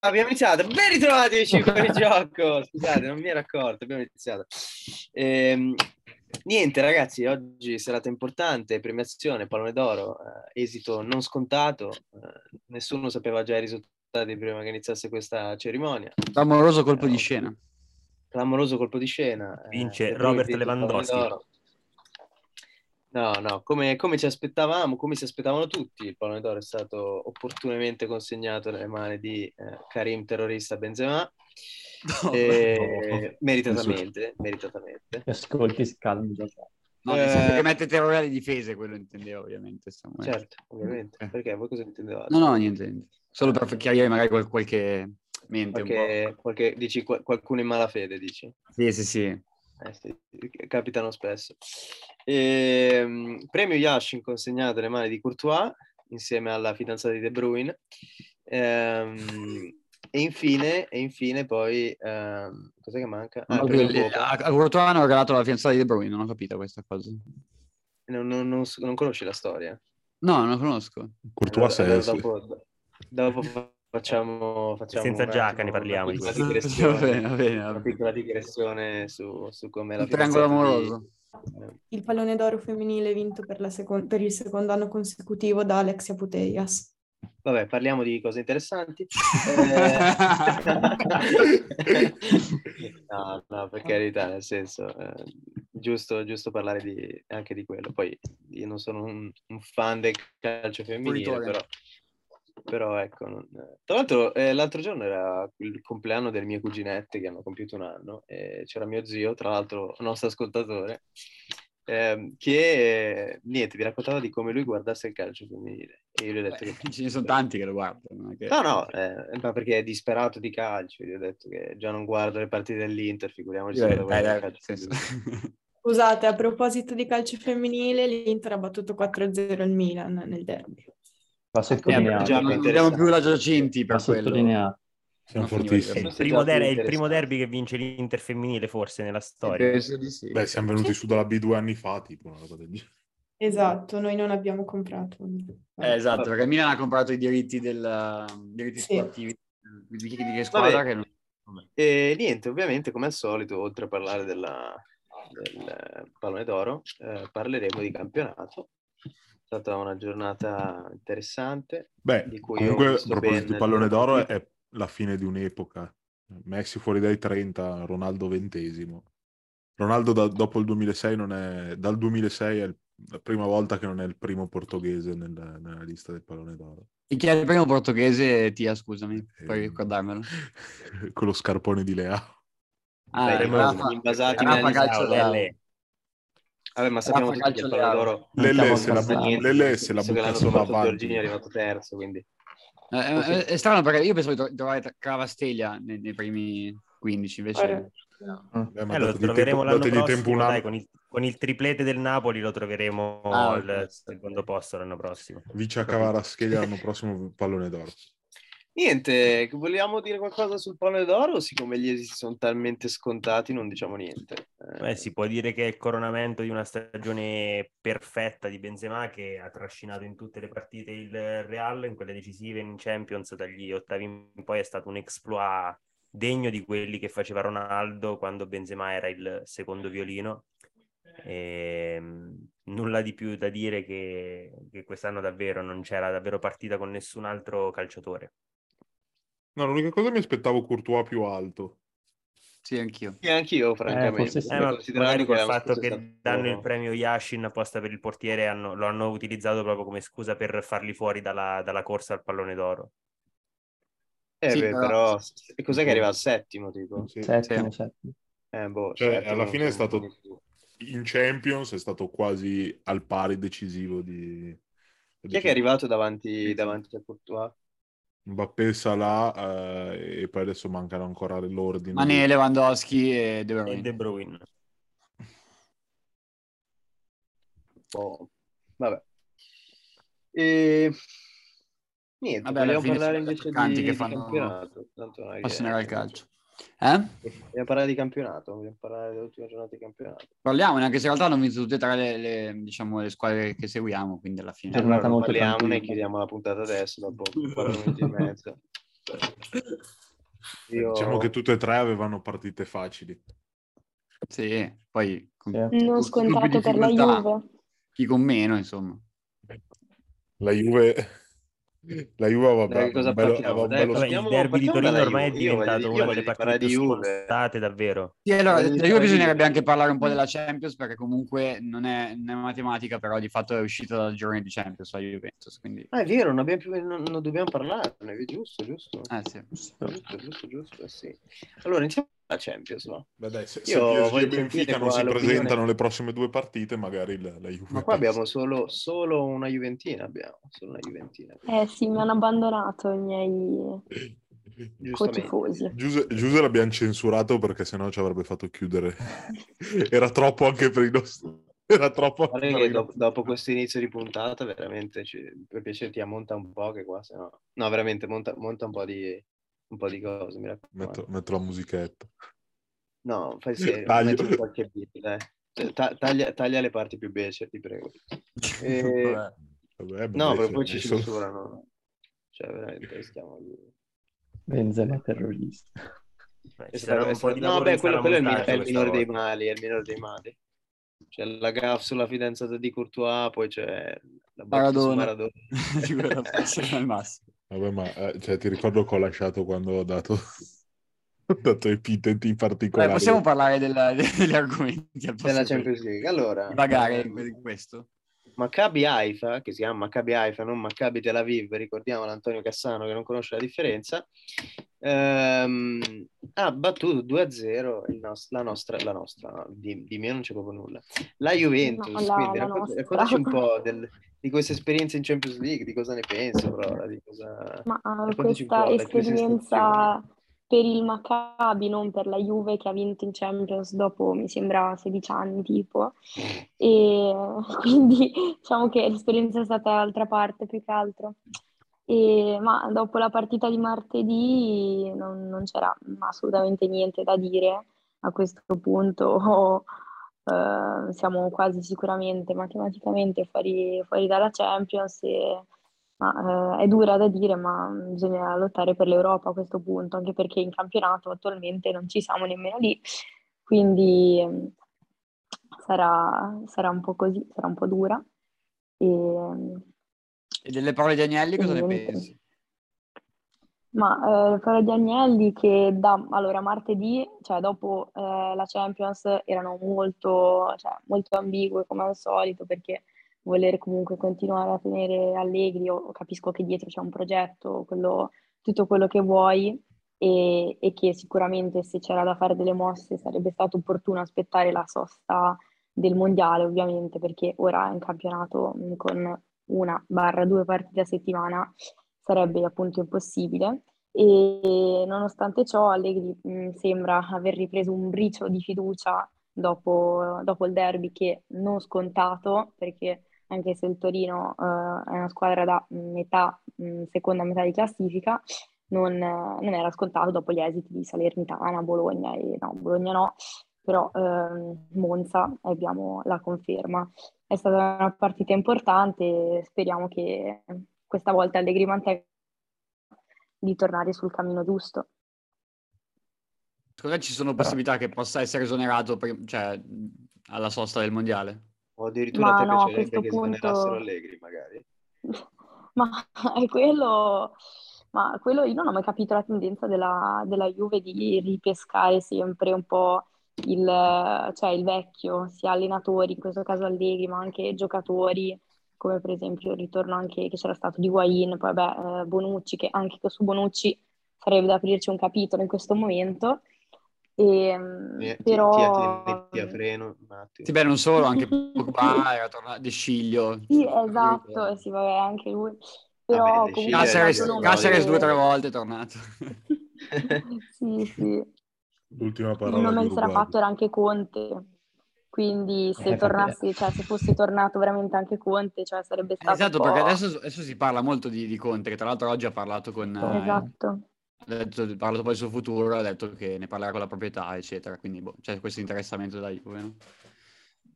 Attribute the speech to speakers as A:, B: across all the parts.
A: Abbiamo iniziato, ben ritrovati amici con il gioco, scusate non mi ero accorto, abbiamo iniziato. Ehm, niente ragazzi, oggi serata importante, premiazione, pallone d'oro, eh, esito non scontato, eh, nessuno sapeva già i risultati prima che iniziasse questa cerimonia,
B: Clamoroso colpo di scena.
A: Eh, clamoroso colpo di scena. eh,
C: Vince
A: De Bruyne
C: Robert
A: vince il
C: Lewandowski.
A: pallone d'oro. No, no, come, come ci aspettavamo, come si aspettavano tutti, il pallone d'oro è stato opportunamente consegnato nelle mani di eh, Karim terrorista Benzema. Eh, meritatamente, meritatamente.
D: Ascolti scalmi da qua.
B: No, nel senso che mette terrore alle difese, quello intendevo ovviamente. Samuele.
A: Eh. Certo, ovviamente.
B: Eh.
A: Perché voi cosa intendevate?
B: No, no, niente, niente. Solo per chiarire magari qual- qualche mente un
A: Qualche, qualche- dici qual- qualcuno in malafede, dici.
B: po'. Sì, sì, sì.
A: Eh, sì, capitano spesso. Ehm, premio Yashin consegnato alle mani di Courtois insieme alla fidanzata di De Bruyne. Ehm, e infine, e infine poi, ehm, cos'è che manca? Ah,
B: No,
A: premio
B: quel-
A: Copa.
B: a a Courtois hanno regalato la fidanzata di De Bruyne, non ho capito questa cosa.
A: Non- non- non- non conosci la storia?
B: No, non la conosco.
E: Courtois
A: Allora,
E: se-
A: Eh, dopo, dopo facciamo, facciamo
C: Senza
A: un
C: giacca
A: attimo
C: ne parliamo
A: una
C: di
A: piccola
C: questo.
B: Va
A: digressione,
B: bene, va bene, va
A: una
B: bene.
A: piccola digressione su, su come la
B: Un triangolo
A: fidanzata di-
B: amoroso.
F: Il pallone d'oro femminile vinto per, la secon- per il secondo anno consecutivo da Alexia Putellas.
A: Vabbè, parliamo di cose interessanti. no, no, per carità, nel senso, eh, giusto, giusto parlare di- anche di quello. Poi io non sono un, un fan del calcio femminile,
B: Fruitore.
A: però, però ecco. non- Tra l'altro, eh, l'altro giorno era il compleanno delle mie cuginette che hanno compiuto un anno e c'era mio zio, tra l'altro nostro ascoltatore, ehm, che eh, niente, vi raccontava di come lui guardasse il calcio femminile. E io gli ho detto che
B: Beh, Eh, Ce ne sono tanti che lo guardano. non è che-
A: Eh, No, no, eh, ma perché è disperato di calcio. Gli ho detto che già non guardo le partite dell'Inter, figuriamoci se
B: Dai,
A: devo
B: dai,
A: guardare il
B: nel
A: calcio.
B: senso.
F: Scusate, a proposito di calcio femminile, l'Inter ha battuto 4-0 il Milan nel derby.
D: Va
A: Eh, già,
D: sottolineato.
B: non
A: interessante.
B: abbiamo più la Giacinti
D: Va
B: per quello.
D: sottolineato.
E: Siamo
B: No, finiva
E: fortissimi.
B: il
C: Il
A: Sì,
C: primo,
A: già,
C: der-
A: più
C: il primo
A: interessante.
C: derby che vince l'Inter femminile forse nella storia.
B: Penso di sì.
E: Beh, siamo venuti su dalla B due anni fa, tipo una roba del genere.
F: Esatto, noi non abbiamo comprato.
B: Eh, esatto,
A: Vabbè.
B: perché il Milan ha comprato i diritti, del, eh, diritti
F: Sì.
B: sportivi di, di, di che squadra
A: Vabbè.
B: che non...
A: E niente, ovviamente, come al solito, oltre a parlare della- del eh, pallone d'oro, eh, parleremo di campionato. È stata una giornata interessante. Di
E: Beh,
A: cui
E: comunque,
A: ho
E: a
A: visto
E: proposito
A: bene
E: di pallone
A: il-
E: d'oro, è, è la fine di un'epoca. Messi fuori dai 30, Ronaldo ventesimo. Ronaldo da- dopo il 2006 non è... Dal 2006 è il- la prima volta che non è il primo portoghese nel- nella lista del pallone d'oro.
B: E chi è il primo portoghese, Tia, scusami, puoi
E: Eh,
B: ricordarmelo.
E: Con lo scarpone di Leao.
B: Ah,
A: Beh,
B: Rafa,
A: gli invasati
B: Rafa
A: negli anni
B: Calcio
A: Saudi.
B: Leao.
C: Lele.
A: Vabbè, ma sappiamo
B: Rafa
A: tutti che
B: Calcio
A: il pallone
B: Leao.
A: d'oro...
E: L'L se la,
D: Stavo
E: bu-
D: pensando.
E: l'L se
A: visto
E: la
A: che
E: butta
A: l'hanno
E: solo
A: fatto
E: avanti.
A: Giorgini è arrivato terzo, quindi...
B: Eh, eh, è, strano perché io pensavo di tro- trovare tra- Cravasteglia nei, nei primi 15, invece...
F: Guarda.
E: Eh, ma
C: Eh, lo
E: dategli
C: troveremo
E: tempo-
C: l'anno
E: dategli
C: prossimo,
E: tempo un
C: dai,
E: anno.
C: con, il, con il triplete del Napoli lo troveremo
B: Ah,
C: al
B: ok.
C: secondo posto l'anno prossimo.
E: Vice a Cavara Scheglia l'anno prossimo pallone d'oro.
A: Niente, vogliamo dire qualcosa sul pallone d'oro? Siccome gli esiti sono talmente scontati, non diciamo niente. Eh,
C: Beh, si può dire che è il coronamento di una stagione perfetta di Benzema che ha trascinato in tutte le partite il Real, in quelle decisive, in Champions, dagli ottavi in poi è stato un exploit degno di quelli che faceva Ronaldo quando Benzema era il secondo violino. Ehm, nulla di più da dire che, che quest'anno davvero non c'era davvero partita con nessun altro calciatore.
E: No, l'unica cosa mi aspettavo Courtois più alto.
B: Sì, anch'io.
A: E anch'io, francamente.
D: forse sì.
C: Eh, ma
A: Considerando
C: magari
A: che
C: col
A: l'anno
C: fatto
A: scorso è
C: che
A: stato-
C: danno il premio Yashin apposta per il portiere hanno- lo hanno utilizzato proprio come scusa per farli fuori dalla, dalla corsa al pallone d'oro.
A: Eh,
B: Sì,
A: beh,
B: però-
A: però... e Cos'è che arriva al settimo, tipo?
E: Sì.
D: Settimo,
B: Sì.
D: settimo.
A: Eh, boh,
E: Cioè,
A: certo,
E: alla
A: non-
E: fine è stato- In Champions è stato quasi al pari decisivo di...
A: Chi è che è arrivato davanti, davanti a Courtois?
E: Mbappé, Salah eh, e poi adesso mancano ancora l'ordine.
B: Mané, Lewandowski e De
C: E
B: Bruyne.
C: De Bruyne.
A: Boh, Vabbè. E... Niente,
B: Vabbè, alla
A: vogliamo
B: fine
A: parlare
B: sono
A: invece
B: attaccanti
A: di,
B: che
A: di
B: fanno-
A: campionato. Tanto non è che-
B: Passionerà
C: ecco.
B: il calcio. Eh?
A: Vogliamo parlare di campionato, vogliamo parlare dell'ultima giornata di campionato.
B: Parliamone, anche se in realtà hanno vinto tutte e tre le, le, diciamo, le squadre che seguiamo, quindi alla fine...
D: Giornata
A: Allora,
D: molto
A: parliamone e
D: tranquilla.
A: chiudiamo la puntata adesso dopo 4 minuti e mezzo. Io-
E: Diciamo che tutte e tre avevano partite facili.
B: Sì, poi... con-
D: Sì. Non
B: con- con
G: Non
B: più
G: scontato per la
B: difficoltà,
G: Juve.
B: Chi con meno, insomma.
E: La Juve, la Juve aveva,
A: Dai, cosa
E: un bello-
A: partiamo?
E: aveva un
A: Dai,
E: bello
A: cosa-
C: Vabbè,
A: Partiamo-
C: il derby di
A: partiamo
C: Torino
A: dalla
C: ormai è
A: Juve. Io voglio- io
C: diventato una delle
A: voglio
C: partite
A: parlare
C: più
A: di Juve.
C: scontate, davvero.
B: Sì, allora,
A: Eh,
B: la Juve
A: sì.
B: bisognerebbe anche parlare un po' della Champions, perché comunque non è, non è matematica, però di fatto è uscita dal giorno di Champions la Juventus, quindi...
A: Ah, è vero, non, abbiamo più- non- non dobbiamo parlarne, è giusto, giusto.
B: Ah, sì.
A: Giusto, giusto, giusto, eh sì. Allora, iniziamo la Champions, va.
E: Beh, dai, se,
A: Io
E: se PSG e
A: voglio
E: Benfica
A: sentire
E: non si
A: qua l'opinione.
E: presentano le prossime due partite, magari la, la Juve.
A: Ma qua abbiamo solo, solo una Juventina, abbiamo, solo una Juventina.
G: Eh sì, mi hanno abbandonato i miei
A: Giustamente.
G: cotifosi.
E: Giuse, Giuse l'abbiamo censurato perché sennò ci avrebbe fatto chiudere. Era troppo anche per i nostri. Era troppo
A: Guarda
E: anche per
A: che
E: i
A: dopo,
E: nostri.
A: dopo questo inizio di puntata, veramente, ci- per piacere ti ammonta un po' che qua, se no... No, veramente, monta, monta un, po di, un po' di cose, mi raccomando.
E: Metto, metto la musichetta.
A: No, fai serio,
E: Taglio.
A: metti un qualche bit, dai. Cioè, ta- taglia, taglia le parti più becere, ti prego. Eh,
E: Vabbè,
A: no,
E: vabbè, cioè,
A: però
E: sì,
A: poi ci
E: adesso-
A: censurano. Cioè, veramente, stiamo lì.
D: Benzema terrorista.
C: Beh,
A: È
C: ci saranno
A: stato-
C: un po' di
A: no,
C: lavoro
A: beh,
C: in
A: quello,
C: sala
A: quello è il, mi-
C: montaggio
A: è il
C: questa
A: minore dei
C: volta.
A: mali, è il minore dei mali. C'è la gaff sulla fidanzata di Courtois, poi c'è la botta su
B: Maradona.
A: Maradona.
B: Di quella passione al massimo.
E: Vabbè, ma eh, cioè, ti ricordo che ho lasciato quando ho dato, ho dato epiteti
B: Vabbè,
E: particolari.
B: possiamo parlare della- degli argomenti al
A: Della
B: prossimo-
A: Champions League. Allora,
B: divagare
A: ehm,
B: in questo.
A: Maccabi Haifa, che si chiama Maccabi Haifa, non Maccabi Tel Aviv, ricordiamo l'Antonio Cassano che non conosce la differenza, ehm, ha battuto 2-0 il nos- la nostra, la nostra no, di, di me non c'è proprio nulla, la Juventus,
G: No, la-
A: quindi
G: la
A: racconta-
G: nostra.
A: raccontaci un po' del- di questa esperienza in Champions League, di cosa ne pensi Aurora, di cosa...
G: Ma eh,
A: Raccontaci un po'
G: questa
A: le tue
G: esperienza
A: sensazioni.
G: per il Maccabi, non per la Juve che ha vinto in Champions dopo, mi sembra, 16 anni tipo. E quindi diciamo che l'esperienza è stata d'altra parte più che altro. E- ma dopo la partita di martedì non, non c'era assolutamente niente da dire a questo punto. eh, siamo quasi sicuramente matematicamente fuori, fuori dalla Champions e ma, eh, è dura da dire, ma bisogna lottare per l'Europa a questo punto, anche perché in campionato attualmente non ci siamo nemmeno lì, quindi ehm, sarà, sarà un po' così, sarà un po' dura. E, ehm,
B: E delle parole di Agnelli cosa ne
G: Niente.
B: pensi?
G: Ma eh, parlo di Agnelli che da allora martedì, cioè dopo eh, la Champions, erano molto, cioè, molto ambigue come al solito perché voler comunque continuare a tenere Allegri, o capisco che dietro c'è un progetto, quello- tutto quello che vuoi e, e che sicuramente se c'era da fare delle mosse sarebbe stato opportuno aspettare la sosta del mondiale ovviamente perché ora è un campionato mh, con una barra due partite a settimana sarebbe appunto impossibile. E nonostante ciò, Allegri mh, sembra aver ripreso un bricio di fiducia dopo, dopo il derby, che non scontato, perché anche se il Torino eh, è una squadra da metà, mh, seconda metà di classifica, non, eh, non era scontato dopo gli esiti di Salernitana, Bologna e no, Bologna no, però ehm, Monza abbiamo la conferma. È stata una partita importante, speriamo che questa volta Allegri mantenga di tornare sul cammino giusto.
B: Secondo te ci sono possibilità che possa essere esonerato per- cioè, mh, alla sosta del mondiale?
A: O addirittura
G: Ma
A: a te
G: no, a
A: piacerebbe
G: questo
A: che
G: punto-
A: esonerassero Allegri, magari?
G: Ma è quello, ma quello io non ho mai capito la tendenza della, della Juve di ripescare sempre un po' il, cioè il vecchio, sia allenatori, in questo caso Allegri, ma anche giocatori, come per esempio il ritorno anche che c'era stato di Higuain, poi vabbè, eh, Bonucci, che anche su Bonucci sarebbe da aprirci un capitolo in questo momento, e, mh,
A: Eh, ti-
G: però...
A: Ti, ti- ti a freno un attimo.
B: Sì, beh, non solo, anche Pogba era tornato di Sciglio. cioè,
G: Sì, esatto, eh sì, vabbè, anche lui. Però
A: Vabbè, dai,
G: comunque
A: Sciglio è
B: Caceres,
A: Sì,
G: sono
B: Caceres
G: nomi-
B: due o tre volte è tornato.
G: Sì, sì.
E: L'ultima
G: Il
E: parola
G: nome
E: di
G: che sarà
E: Uruguay.
G: fatto era anche Conte. Quindi se
D: Eh,
G: tornassi, cioè se fosse tornato veramente anche Conte, cioè sarebbe stato
B: Esatto,
G: un po'...
B: perché adesso, adesso si parla molto di, di Conte, che tra l'altro oggi ha parlato con... eh,
G: Esatto.
B: ha detto- ha parlato poi del suo futuro, ha detto che ne parlerà con la proprietà, eccetera. Quindi boh, c'è questo interessamento da Juve, no?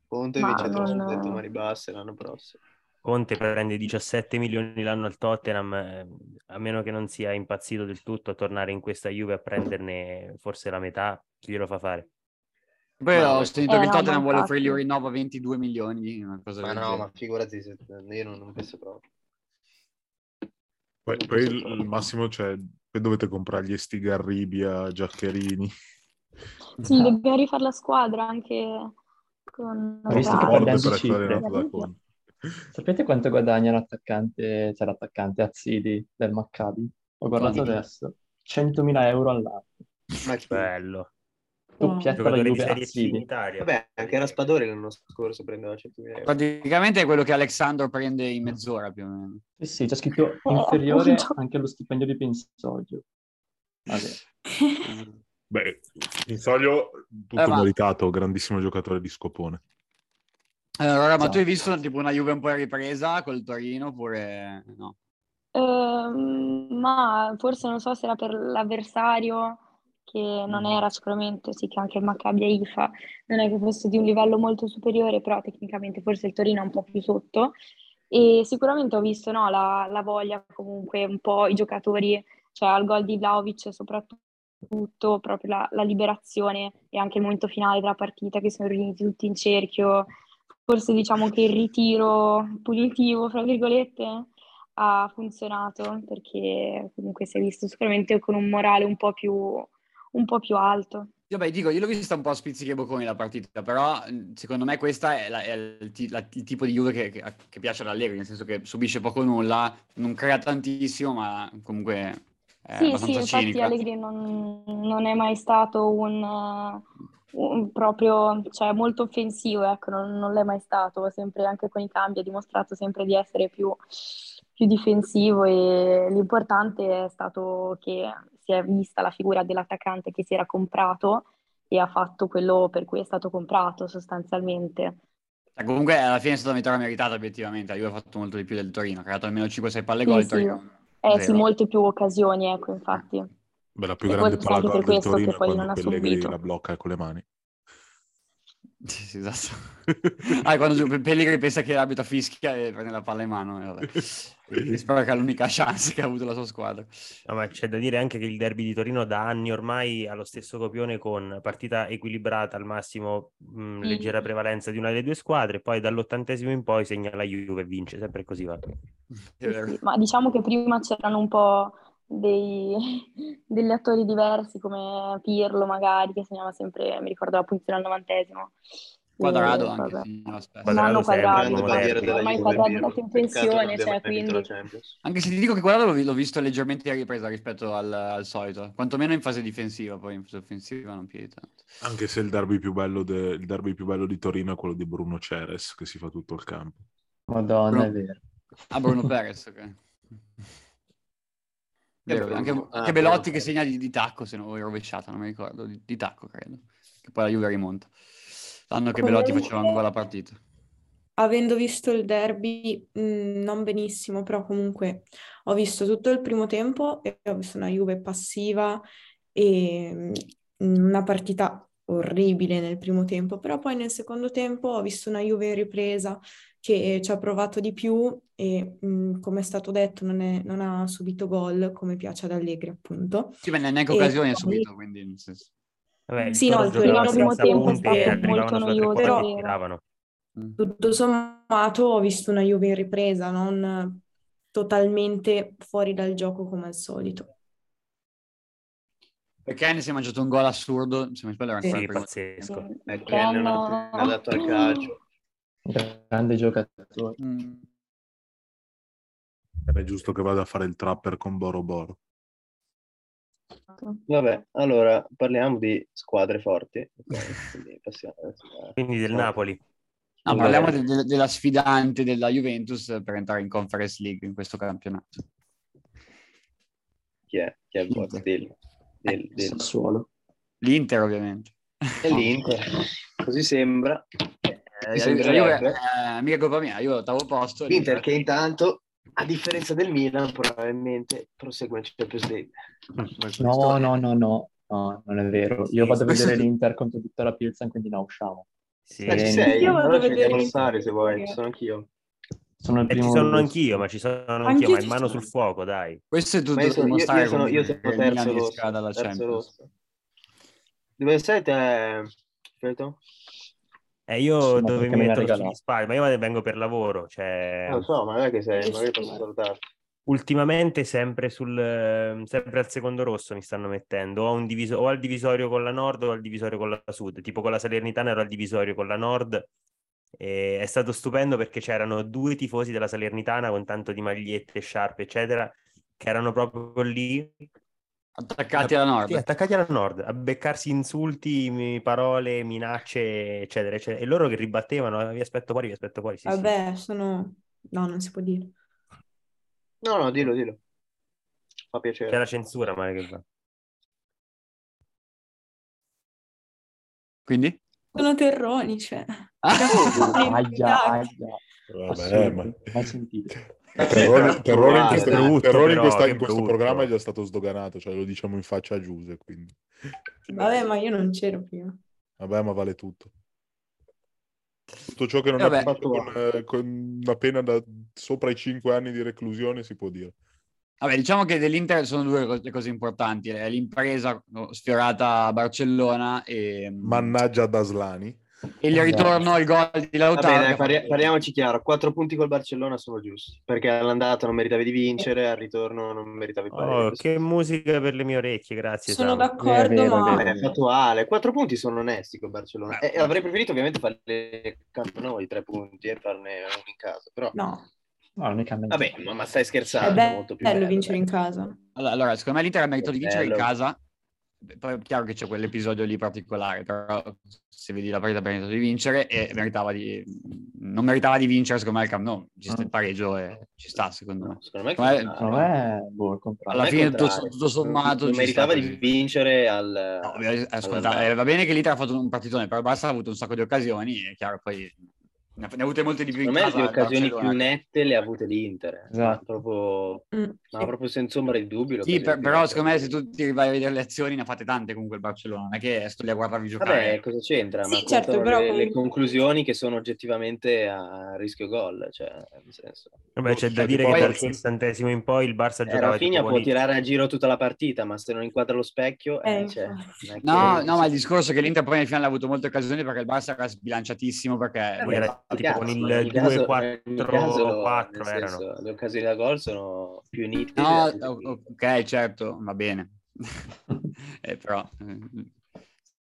A: Conte
G: Ma
A: vince il
G: non-
A: scudetto mani basse l'anno prossimo.
C: Conte prende 17 milioni l'anno al Tottenham, eh, a meno che non sia impazzito del tutto a tornare in questa Juve a prenderne forse la metà, chi glielo fa fare?
B: Poi
A: No,
B: ho sentito
G: eh,
B: che
G: no,
B: Tottenham
G: ma
B: vuole
G: infatti.
B: offrirgli un rinnovo a 22 milioni, una cosa
A: Ma
B: del
A: no,
B: genere.
A: ma figurati, se, eh, io non, non penso proprio.
E: Poi, poi il, il massimo c'è, poi dovete comprargli sti Garribia, Giaccherini.
G: Sì, dobbiamo rifare la squadra anche con...
D: Ho visto che
E: Morte
G: Rado.
D: guadagni
E: per essere
D: cifre.
E: allenato da Conte.
D: Sapete quanto guadagna l'attaccante, cioè l'attaccante Azzidi del Maccabi? Ho guardato
B: Quanti?
D: adesso. 100.000 euro all'anno.
A: Ma chi?
C: Bello.
D: Doppietta alla
C: Giocatore Ah. di
D: Juve
C: Serie C in
D: Azzidi.
C: Italia.
A: Vabbè, anche Raspadori l'anno scorso prendeva 100.000 euro.
B: Praticamente è quello che Alexandro prende in mezz'ora più o meno.
D: Sì, sì, c'è scritto inferiore
G: appunto.
D: anche allo stipendio di Pinsoglio. Vabbè.
E: Beh, Pinsoglio, tutto
B: Eh, ma-
E: meritato, grandissimo giocatore di scopone.
B: Allora, ma tu hai
D: Esatto.
B: visto tipo una Juve un po' in ripresa col Torino oppure no?
G: Ehm, ma forse non so se era per l'avversario, che non
B: Mm.
G: era sicuramente, sì, che anche il Maccabi e Ifa non è che fosse di un livello molto superiore, però tecnicamente forse il Torino è un po' più sotto. E sicuramente ho visto, no, la, la voglia comunque un po' i giocatori, cioè al gol di Vlahovic soprattutto, proprio la, la liberazione e anche il momento finale della partita che sono riuniti tutti in cerchio. Forse diciamo che il ritiro punitivo, fra virgolette, ha funzionato perché comunque si è visto sicuramente con un morale un po' più, un po' più alto.
B: Io beh, dico, io l'ho vista un po' a spizzichi e bocconi la partita, però mh, secondo me questa è, la- è il, ti- la- il tipo di Juve che, che- che piace all'Allegri, nel senso che subisce poco o nulla, non crea tantissimo, ma comunque è
G: sì, sì,
B: Eh, abbastanza
G: infatti
B: cinica.
G: Allegri non, non è mai stato un, un proprio, cioè molto offensivo, ecco, non, non l'è mai stato, sempre anche con i cambi ha dimostrato sempre di essere più, più difensivo e l'importante è stato che si è vista la figura dell'attaccante che si era comprato e ha fatto quello per cui è stato comprato sostanzialmente.
B: Cioè, comunque alla fine è stata una vittoria meritata obiettivamente, la Juve ha fatto molto di più del Torino, ha creato almeno 5-6 palle
G: Sì,
B: gol, il
G: sì.
B: Torino
G: Eh sì,
B: zero.
G: molte più occasioni,
B: Eh,
G: ecco, infatti.
E: Beh, la più
G: E
E: grande
G: forse
E: palla
G: anche
E: gol
G: per
E: del
G: questo che
E: Torino è
G: poi non
E: quando
G: ha
E: Pellegrini
G: subito.
E: la blocca con le mani.
B: Sì, sì, esatto. Ah, quando gio- Pellegrini pensa che l'abito fischia e prende la palla in mano. E vabbè. E spero che è l'unica chance che ha avuto la sua squadra.
C: No, ma c'è da dire anche che il derby di Torino da anni ormai ha lo stesso copione con partita equilibrata al massimo, mh,
G: Mm.
C: leggera prevalenza di una delle due squadre, poi dall'ottantesimo in poi segna la Juve e vince, sempre così va.
B: È vero.
G: Sì, Ma diciamo che prima c'erano un po' dei- degli attori diversi, come Pirlo magari, che segnava sempre, mi ricordo, la punizione al novantesimo.
B: Quadrado
G: E
B: anche.
G: vabbè.
B: segnava spesso.
C: Quadrado
G: Nano
C: sempre,
G: quadrado,
C: grande bandiera della
G: ormai
A: Juve,
G: quadrado è
A: Pirlo.
G: andato in
A: Peccato non
G: pensione,
A: abbia
G: cioè,
A: mai vinto la
G: quindi...
A: Champions.
B: Anche se ti dico che Quadrado l'ho, vi- l'ho visto leggermente in ripresa rispetto al, al solito, quantomeno in fase difensiva, poi in fase offensiva non più di tanto.
E: Anche se il derby più bello, de- il derby più bello di Torino è quello di Bruno Ceres, che si fa tutto il campo.
D: Madonna, è
B: Bro.
D: vero.
B: Ah, Bruno Perez, ok. Vero,
A: Bruno?
B: anche,
A: Ah,
B: anche
A: Bruno
B: Belotti che
A: Perez.
B: segna di, di tacco, se non o rovesciata, non mi ricordo, di, di tacco credo, che poi la Juve rimonta. L'anno che Belotti faceva ancora la partita.
F: Avendo visto il derby, mh, non benissimo, però comunque ho visto tutto il primo tempo e ho visto una Juve passiva e mh, una partita orribile nel primo tempo, però poi nel secondo tempo ho visto una Juve in ripresa che ci ha provato di più e mh, come è stato detto non, è- non ha subito gol come piace ad Allegri appunto.
B: Sì, ma neanche
F: E
B: occasione ha
F: poi-
B: subito, quindi nel senso.
C: Vabbè, il
F: Sì, no,
C: Toro
F: il
C: giocava
F: Torino al primo
C: senza
F: tempo è
C: punte,
F: stato
C: arrivavano sulla
G: molto
C: tre quarti
G: noioso,
C: e
G: vero.
C: tiravano.
B: Mm.
F: Tutto sommato ho visto una Juve in ripresa, non totalmente fuori dal gioco come al solito.
B: Perché ne si è mangiato un gol assurdo, se non mi sbaglio era ancora
C: Sì,
B: il primo
C: pazzesco.
A: Ecco,
G: Che
A: Ken non
G: hanno-
A: ha dato al calcio.
D: Grande giocatore.
B: tempo. Mm.
E: Era giusto che vada a fare il trapper con Boro Boro.
G: Esatto.
A: Vabbè, allora parliamo di squadre forti. Ok, quindi eh, passiamo, insomma,
C: Quindi del
A: no.
C: Napoli.
B: No,
A: Vabbè.
B: parliamo de- de- della sfidante della Juventus per entrare in Conference League in questo campionato.
A: Chi è? Chi è il boss?
B: Inter. Eh,
A: Dillo. Dillo, dillo.
D: Sassuolo.
B: L'Inter ovviamente.
A: E l'Inter. Così sembra.
B: Eh,
A: Mi
B: la Juve- la Juve,
A: sembrerebbe.
B: eh, mica colpa mia, io ottavo posto.
A: L'Inter che intanto, a differenza del Milan, probabilmente prosegue in Champions League.
B: Mm.
D: No, no, no, no. No, non è vero. Io vado a
B: Questo-
D: vedere l'Inter contro tutta la Pilsen, quindi no, usciamo.
C: Sì.
A: Ma ci
D: Eh,
A: sei?
F: Io
A: Allora
F: vado a
A: ci
F: vedere
A: vediamo
F: l'Inter.
A: stare se vuoi, ci sono anch'io.
D: Sono il
C: E
D: primo
C: ci sono
D: luogo.
C: anch'io, ma ci sono anch'io,
F: Anch'io
C: ma
F: ci
C: in mano
F: sono.
C: sul fuoco, dai.
B: Questo è tutto
A: Ma io sono, io-
B: dimostrare
A: io sono- io sono
B: come il
A: terzo
B: Milan
A: rosso,
B: esca dalla
A: terzo
B: Champions.
A: rosso. Dove sei te, Pietro?
C: E Eh, io
D: Sì, ma
C: dove
D: perché
C: mi
D: me l'ha
C: mettono sugli
D: regalato?
C: spalti? Ma io vengo per lavoro,
B: Eh.
C: cioè...
A: Non Eh, lo so, ma non è che sei, magari posso
F: Sì.
A: salutarti.
C: Ultimamente sempre, sul, eh, sempre al secondo rosso mi stanno mettendo, o, a un diviso- o al divisorio con la nord o al divisorio con la sud, tipo con la Salernitana ero al divisorio con la nord e è stato stupendo perché c'erano due tifosi della Salernitana con tanto di magliette, sciarpe eccetera, che erano proprio lì
B: Attaccati alla Nord.
C: sì, attaccati alla nord, a beccarsi insulti, mi- parole, minacce eccetera eccetera, e loro che ribattevano, "Ah, vi aspetto fuori, vi aspetto fuori, sì, sì.
F: Vabbè, sono... No, non si può dire.
A: No, no, dillo, dillo. Fa
C: C'è
A: piacere.
C: la censura, ma che va.
B: Quindi?
F: Sono terroni, cioè.
D: Oh, Aia, aia.
E: Vabbè, ma...
D: assurdo, mai sentito.
E: Terrore, terrore in, questo,
A: Guarda,
E: terrore in
C: però,
E: questa-
C: che
E: in questo
C: brutto.
E: programma è già stato sdoganato, cioè lo diciamo in faccia a Giuse, quindi...
F: Vabbè, ma io non c'ero prima.
E: Vabbè, ma vale tutto. Tutto ciò che non
B: Vabbè.
E: è fatto con, eh, con una pena da sopra i 5 anni di reclusione si può dire.
B: Vabbè, diciamo che dell'Inter sono due co- le cose importanti. È l'impresa no, sfiorata a Barcellona e, mm,
E: Mannaggia ad Aslani.
B: e il ritorno al gol di
A: Va
B: Lautaro.
A: bene, parli- parliamoci chiaro, quattro punti col Barcellona sono giusti, perché all'andata non meritavi di vincere, al ritorno non meritavi di
C: Oh, che musica per le mie orecchie, grazie.
F: Sono
A: esatto.
C: Sam.
F: d'accordo,
D: vero,
F: ma...
D: vero.
A: È fattuale, Eh, quattro punti sono onesti col Barcellona.
F: Eh.
A: E avrei preferito ovviamente farle campo noi tre punti e farne uno in casa, però...
F: No,
D: No, non mi cambia niente.
A: Vabbè, ma, ma stai scherzando,
F: è
A: molto
F: bello,
A: più bello,
F: vincere
A: dai.
F: in casa.
B: Allora, allora, secondo me l'Inter ha merito di vincere in
A: Bello.
B: casa. Beh, Poi è chiaro che c'è quell'episodio lì particolare, però se vedi la partita ha meritato di vincere e meritava di... non meritava di vincere secondo me il Camp Nou. Ci
A: Mm.
B: sta il pareggio e ci sta secondo me.
A: No, secondo me,
B: Come-
A: no,
D: Secondo me, boh, il contrario.
B: Alla
C: Eh,
A: al
B: fine tutto-
A: contrario.
B: tutto sommato
A: non
B: ci
A: meritava
B: sta
A: di
B: così.
A: vincere al...
B: No, ovvio, eh,
A: al-
B: ascolta, eh, va bene che l'Inter ha fatto un partitone, però il Barça ha avuto un sacco di occasioni, è chiaro, poi ne ha, ne ha avute molte di più in
A: Secondo me
B: casa.
A: le
B: il
A: occasioni più
B: Barcellona.
A: nette le ha avute l'Inter, ma
D: Esatto.
A: proprio,
F: Mm.
A: ma proprio senza ombra di dubbio. le
B: Sì,
A: occasioni
B: per-
A: più
B: però
A: nette.
B: secondo me se tu ti vai a vedere le azioni ne ha fatte tante comunque il Barcellona, non è che sto lì a guardarvi
A: Vabbè, eh,
B: giocare.
A: cosa c'entra?
F: Sì,
A: ma
F: certo,
A: contano
F: però
A: le, le
F: comunque-
A: conclusioni che sono oggettivamente a rischio gol, cioè, nel senso...
C: Vabbè, c'è da
E: Cioè,
C: dire
E: tipo,
C: che
B: poi-
C: dal sessantesimo in poi il Barça
A: Eh,
C: giocava
A: Rafinha
C: tipo
A: può
C: con i-
A: tirare a giro tutta la partita, ma se non inquadra lo specchio... eh,
F: Eh,
A: cioè,
F: infatti.
A: non è che-
B: No, no, ma il discorso è che l'Inter poi nel finale ha avuto molte occasioni perché il Barça era sbilanciatissimo perché...
A: Vabbè,
C: era
A: ma
C: tipo
A: cazzo,
C: con il
A: in ogni
C: 2-4-4
A: caso- in ogni caso,
C: erano.
A: nel senso, le occasioni da gol sono più nitide.
B: No,
A: da-
B: o- ok, certo, va bene. Eh, però, eh,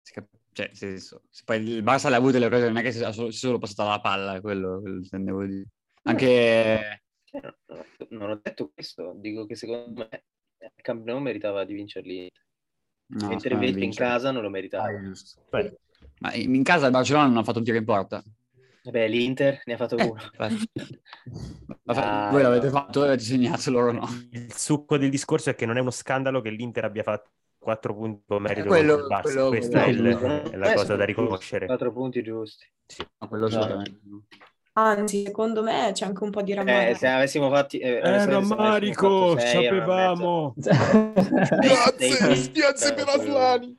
B: si cap- cioè, nel senso, se poi il Barça le ha avute le occasioni, non è che si è solo, si è solo passata la palla, quello, quello intendevo dire. Anche...
A: Cioè, non- non ho- non ho detto questo, dico che secondo me eh, il Camp Nou meritava di vincerli,
B: No, secondo
A: mentre
B: me
A: invece in
B: vince.
A: casa non lo meritava.
B: Ah, giusto.
C: Beh,
B: Ma in in casa il Barcellona non ha fatto un tiro in porta.
A: Vabbè, l'Inter ne ha fatto
B: Eh,
A: uno.
B: Ma fa-
A: Dai,
B: voi l'avete
A: no.
B: fatto e avete segnato loro no.
C: il succo del discorso è che non è uno scandalo che l'Inter abbia fatto 4 punti con merito
B: quello-
C: contro il Barça.
B: quello-
C: Questa è,
B: quello-
C: il-
B: quello-
C: è la
A: Eh,
C: cosa
A: sono
C: da riconoscere.
A: Quattro punti giusti.
B: No, quello
D: Esatto.
B: assolutamente no.
F: Anzi, secondo me c'è anche un po' di
A: Eh,
F: rammarico.
A: se avessimo fatti... Eh, se avessimo fatto sei, era una
E: Grazie,
A: Sei punti,
E: mi spiace per
A: proprio-
E: Aslani.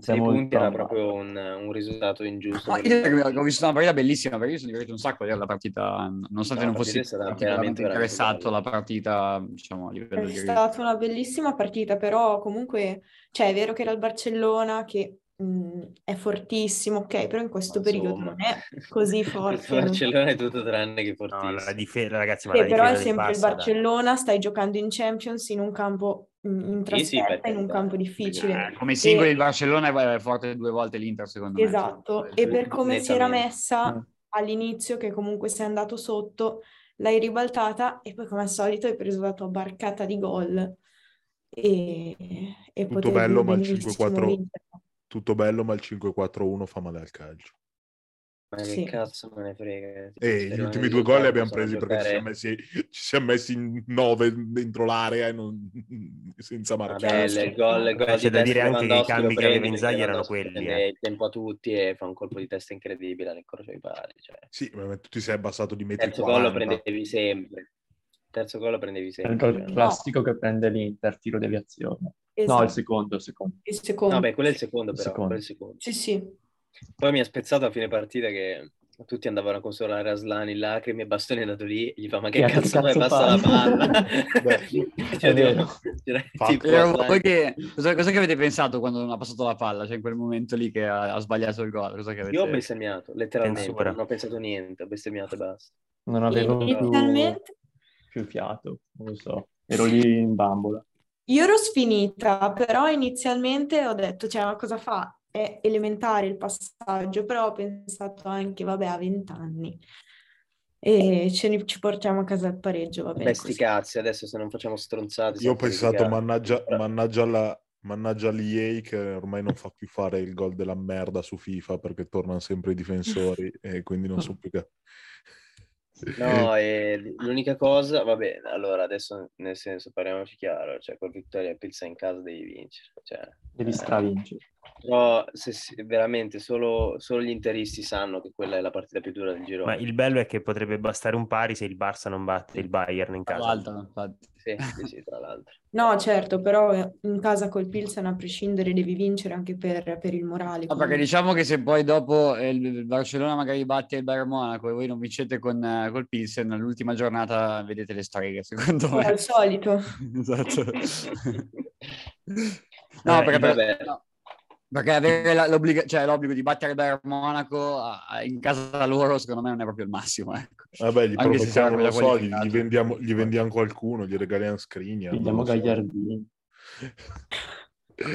A: Sei
D: Siamo
A: punti era
D: in tromba.
A: proprio un, un risultato ingiusto.
B: Ma io che ho visto una partita bellissima perché io sono divertito un sacco a vedere la partita nonostante
A: No,
B: non
A: la partita
B: fossi
A: è stata
B: particolarmente
A: veramente, veramente
B: interessato
A: bella.
B: alla partita diciamo a livello
F: È
B: di
F: stata una bellissima partita, però comunque, cioè, è vero che era il Barcellona che mh, è fortissimo, ok, però in questo
A: Ma
F: periodo
A: insomma.
F: non è così
A: Il
F: forte. non-
A: Barcellona è tutto tranne che
C: No,
A: fortissimo.
C: la dife- ragazzi, ma
F: Sì,
C: la
F: però è
C: difesa del
F: sempre il
C: Barça,
F: Barcellona, stai giocando in Champions in un campo mh, in
A: Sì, sì,
F: trasferta,
A: per
F: in un
A: carità.
F: campo difficile.
B: Eh, come singoli
F: E-
B: il Barcellona è forte due volte l'Inter secondo
F: Esatto,
B: me cioè,
F: e per come si era
A: nettamente.
D: Mm.
F: messa all'inizio, che comunque sei andato sotto, l'hai ribaltata e poi come al solito hai preso la tua barcata di gol e, e
E: Tutto
F: potevi
E: bello, ma il
F: benissimo
E: 5-4
F: vincere.
E: Tutto bello, ma il 5-4-1 fa male al calcio.
A: Ma che
F: Sì.
A: cazzo me ne frega.
E: E Eh, gli ultimi due gol li abbiamo presi perché ci siamo messi, ci siamo messi in 9 dentro l'area e non- senza marcare.
A: Vabbè, il gol, il gol
C: Beh, c'è
A: di
C: da dire
A: testa
C: anche che i
A: Lewandowski
C: cambi
A: lo
C: che aveva
A: prendi
C: Inzaghi
A: perché
C: erano
A: Lewandowski
C: quelli,
A: prende
C: eh.
A: il tempo a tutti e fa un colpo di testa incredibile all'incrocio dei pali. Cioè.
E: Sì, ma tu ti sei abbassato di metri
A: Terzo gol lo
E: 40.
A: prendevi sempre. Terzo gol lo prendevi
D: È il
A: sempre.
D: gol
A: cioè.
D: classico che prende l'Inter, tiro di azione. No,
F: Esatto,
D: il secondo, il secondo.
F: il secondo.
A: No, beh, quello è il secondo
D: Il
A: però.
D: secondo.
A: quello è il secondo.
F: Sì, sì.
A: Poi mi ha spezzato a fine partita che tutti andavano a consolare Aslan in lacrime, Bastoni è andato lì e gli fa ma
D: Che
A: che cazzo fai,
D: cazzo
A: passa la
D: fai?"
A: palla.
E: Beh,
A: Cioè,
D: è vero.
A: cioè,
E: Fatto.
A: tipo, eh,
B: Ero-
A: Aslan-
B: voi che- cosa, cosa che avete pensato quando non ha passato la palla? Cioè in quel momento lì che ha, ha sbagliato il gol? Cosa che avete...
A: Io ho bestemmiato, letteralmente,
C: Censura.
A: non ho pensato niente, ho bestemmiato e basta.
D: Non avevo più,
F: Inizialmente
D: più fiato, non lo so. Ero lì in bambola.
F: io ero sfinita, però inizialmente ho detto, cioè, ma cosa fa? È elementare il passaggio, però ho pensato anche, vabbè, a 20 anni. E ce ne, ci portiamo a casa il pareggio, va
C: Ecco,
F: bene
A: Beh, sti
F: così.
A: cazzi, adesso se non facciamo stronzate...
E: Io
A: siamo
E: ho pensato,
A: qualificati.
E: mannaggia, mannaggia, la, mannaggia l'EA che ormai non fa più fare il gol della merda su FIFA perché tornano sempre i difensori e quindi non so più che...
A: No, e l- l'unica cosa, vabbè, allora adesso nel senso parliamoci chiaro, cioè col Vittoria Pilsa in casa devi vincere, cioè,
D: Devi
A: eh,
D: stravincere.
A: però se, si- veramente solo, solo gli interisti sanno che quella è la partita più dura del
C: Ma
A: girone.
C: il bello è che potrebbe bastare un pari se il Barça non batte il Bayern in
B: Tra
C: casa.
B: l'altro, infatti.
A: Sì, sì, sì, tra l'altro.
F: No, certo, però eh, in casa col Pilsen a prescindere devi vincere anche per, per il
B: No,
F: morale.
B: perché
F: comunque.
B: diciamo che se poi dopo eh, il il Barcellona magari batte il Bayern Monaco e voi non vincete con, eh, col Pilsen, l'ultima giornata vedete le streghe, secondo
F: Sì,
B: me.
F: al solito.
B: Esatto. No,
C: Vabbè,
B: perché,
A: vabbè.
B: no, perché avere la- l'obbliga- cioè, l'obbligo di battere il Bayern Monaco a- a- in casa loro, secondo me, non è proprio il massimo. Ecco.
E: Vabbè, gli
B: Anche se
E: promettiamo,
B: sarebbe
E: non
B: da
E: so, gli,
B: qualificati.
E: gli vendiamo, gli vendiamo qualcuno, gli regaliamo Skriniar, non
D: Vediamo
E: lo so.
D: Gagliardini.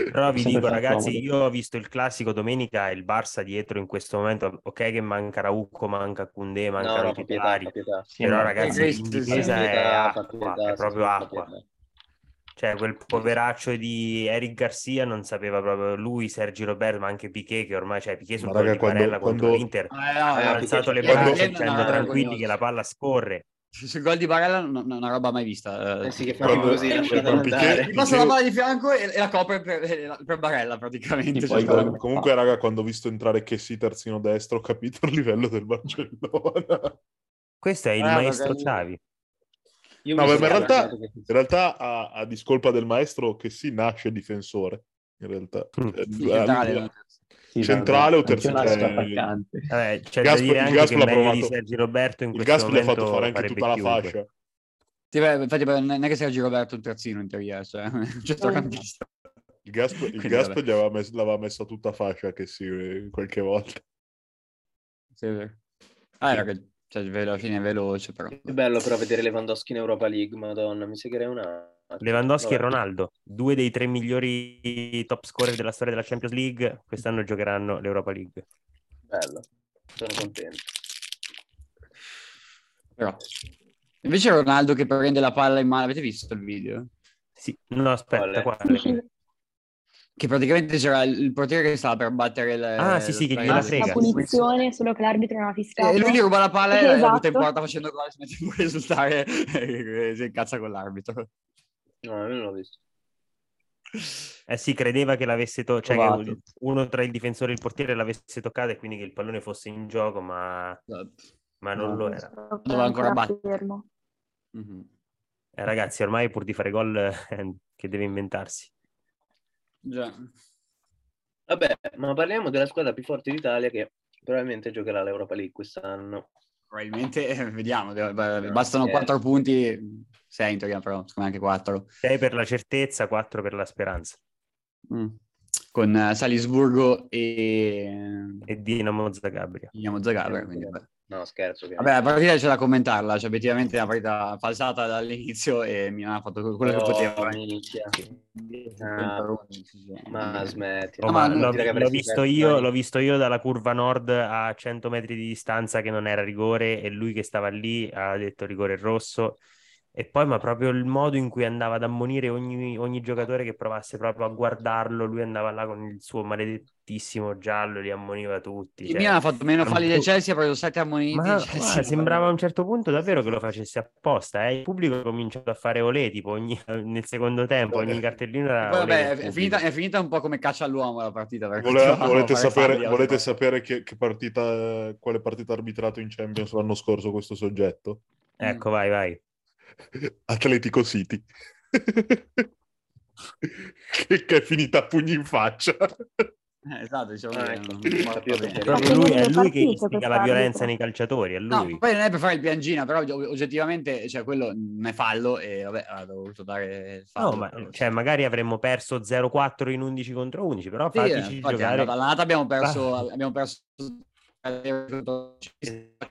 C: Però vi
D: Sempre
C: dico,
D: fa
C: ragazzi,
D: comodo.
C: io ho visto il classico domenica e il Barça dietro in questo momento. Ok, che manca Raucco, manca Koundé,
A: No,
C: mancano
A: no, fa
C: i
A: pietà,
C: titolari.
A: fa pietà.
D: Sì,
C: Però,
D: ma-
C: ragazzi,
B: Eh, sì,
C: in
B: sì,
C: difesa
A: sì.
C: è
A: Pietà, fa
C: acqua,
A: pietà,
C: è
A: sì,
C: proprio
A: sì, fa
C: acqua.
A: pietà.
C: Cioè, quel poveraccio di Eric Garcia non sapeva proprio lui, Sergio Roberto, ma anche Piquet, che ormai, cioè, Piquet sul
E: Ma
C: gol
E: raga,
C: di
E: quando-
C: Barella contro
E: quando-
C: l'Inter,
B: Eh, no,
C: ha
A: Ah,
B: no,
A: Piquet
C: alzato le
A: c'è-
C: braccia
E: Quando-
C: dicendo
B: no,
C: tranquilli
B: no,
C: che la palla scorre.
B: sul gol di Barella non non è una roba mai vista. eh.
A: Eh sì, che fa
E: Quando-
A: così,
F: quando-
A: lasciatelo
E: quando Piqué-
A: andare.
B: Gli passa la palla di fianco e, e la copre per, eh, la- per Barella praticamente.
D: Sì,
B: Cioè,
D: poi
B: sta-
D: gol.
E: Comunque, raga, quando ho visto entrare Chessy terzino destro, ho capito il livello del Barcellona.
C: Questo è il
B: Ah,
C: maestro
B: magari-
C: Xavi.
A: Io
E: No,
A: mi
E: beh,
A: sono
E: ma in realtà-
A: allarmato che-
E: In realtà, a, a discolpa del maestro, che si nasce difensore. In realtà,
C: Mm.
E: Cioè,
B: Sì, centrale,
E: lui-
B: no?
D: Sì,
E: centrale o
D: vabbè,
E: terzo-
D: anche un altro
E: cioè,
D: attaccante.
C: Vabbè, c'è da
E: Gasp-
C: dire
E: il
C: anche
E: Gasp
C: che
E: l'ha
C: meglio di
E: provato-
C: Sergio Roberto in
E: il
C: questo
E: Gasp gli ha
C: momento
E: fatto fare anche
C: farebbe
E: tutta la
C: chiunque.
E: fascia.
B: Sì, beh, infatti beh, non è che Sergio Roberto è un terzino in teoria, cioè, è un centrocampista.
E: Il Gasp, il
B: Quindi,
E: Gasp
B: vabbè,
E: gli aveva mess- l'aveva messa tutta fascia che sì, eh, qualche volta.
B: sì, è vero. Ah, era che cioè, ve- alla fine è veloce, però.
A: Che bello però vedere Lewandowski in Europa League, madonna, mi segherei un attimo.
C: Lewandowski e
A: Vabbè.
C: Ronaldo, due dei tre migliori top scorer della storia della Champions League, quest'anno giocheranno l'Europa League.
A: Bello, sono contento.
B: Però. Invece Ronaldo che prende la palla in mano, avete visto il video?
C: Sì, no, aspetta,
A: Quale?
C: quale?
B: Che praticamente c'era il il portiere che stava per battere il...
C: Ah, sì, sì, che gliela
G: Ah,
C: frega.
G: la punizione, solo che l'arbitro non ha fischiato.
B: E Eh, lui gli ruba la palla e la butta in
G: Esatto.
B: porta facendo gol, si mette pure a risultare e si incazza con l'arbitro.
A: No, io non l'ho visto.
C: Eh sì, credeva che l'avesse to- cioè che
D: Provato.
C: uno tra il difensore e il portiere l'avesse toccata e quindi che il pallone fosse in gioco, ma,
A: Esatto.
C: ma non
D: No.
C: lo era.
G: Era
B: ancora battere.
G: fermo.
B: Mhm.
C: Eh, ragazzi, ormai pur di fare gol eh, che deve inventarsi.
B: Già.
A: Vabbè, ma parliamo della squadra più forte d'Italia che probabilmente giocherà l'Europa League quest'anno.
B: Probabilmente, eh, vediamo, de- beh, bastano
A: eh.
B: 4 punti, 6 in teoria però, secondo me anche 4.
C: 6 per la certezza, 4 per la speranza.
A: Mm.
B: Con eh, Salisburgo e
C: E Dinamo Zagabria.
B: Dinamo Zagabria.
A: Eh,
B: quindi,
A: sì.
B: beh.
A: No, scherzo.
B: Vabbè,
A: ovviamente.
B: la partita c'è da commentarla, cioè obiettivamente è una partita falsata dall'inizio e Milan ha fatto quello che
A: Oh,
B: poteva.
A: minchia.
B: Ah,
A: Ma smetti.
B: No,
C: Oh,
B: ma
C: ma
B: non
C: l'ho,
B: dire che
C: l'ho visto io, l'ho visto io dalla curva nord a 100 metri di distanza che non era rigore e lui che stava lì ha detto rigore rosso. E poi, ma proprio il modo in cui andava ad ammonire ogni, ogni giocatore che provasse proprio a guardarlo, lui andava là con il suo maledettissimo giallo, li ammoniva tutti.
B: Il
C: cioè.
B: Milan ha fatto meno
C: non
B: falli del
C: pu-
B: Chelsea, ha preso 7 ammoniti.
C: Ma
B: cioè,
C: guarda,
B: sì,
C: sembrava a un certo punto davvero che lo facesse apposta. eh. Il pubblico ha cominciato a fare olè, tipo ogni- nel secondo tempo, ogni cartellino era
B: Poi,
C: olè
B: vabbè, è,
C: del
B: è
C: pubblico.
B: finita, è finita un po' come caccia all'uomo la partita. perché
E: Vole-
B: continuavano a
E: volete
B: fare
E: sapere,
B: falli,
E: volete
B: autofalli.
E: sapere che, che partita, quale partita ha arbitrato in Champions l'anno scorso questo soggetto?
C: Ecco, vai, vai.
E: Atletico City. che, che è finita a pugni in faccia.
B: Eh, esatto, diciamo
A: Ah,
B: che
A: ecco.
B: non-
A: Ho capito
B: va bene.
A: perché.
C: Proprio lui- è lui che
G: Partite
C: istiga la
G: quest'arbitro.
C: violenza nei calciatori, è
B: No,
C: lui.
B: poi non è per fare il piangina, però og- oggettivamente, cioè, quello non è fallo e vabbè, avevo voluto dare il fallo.
C: No, ma
B: però-
C: cioè, magari avremmo perso 0-4 in 11 contro 11, però
B: Sì, eh,
C: fateci
B: infatti,
C: giocare.
B: all'andata abbiamo perso,
C: Ah.
B: abbiamo perso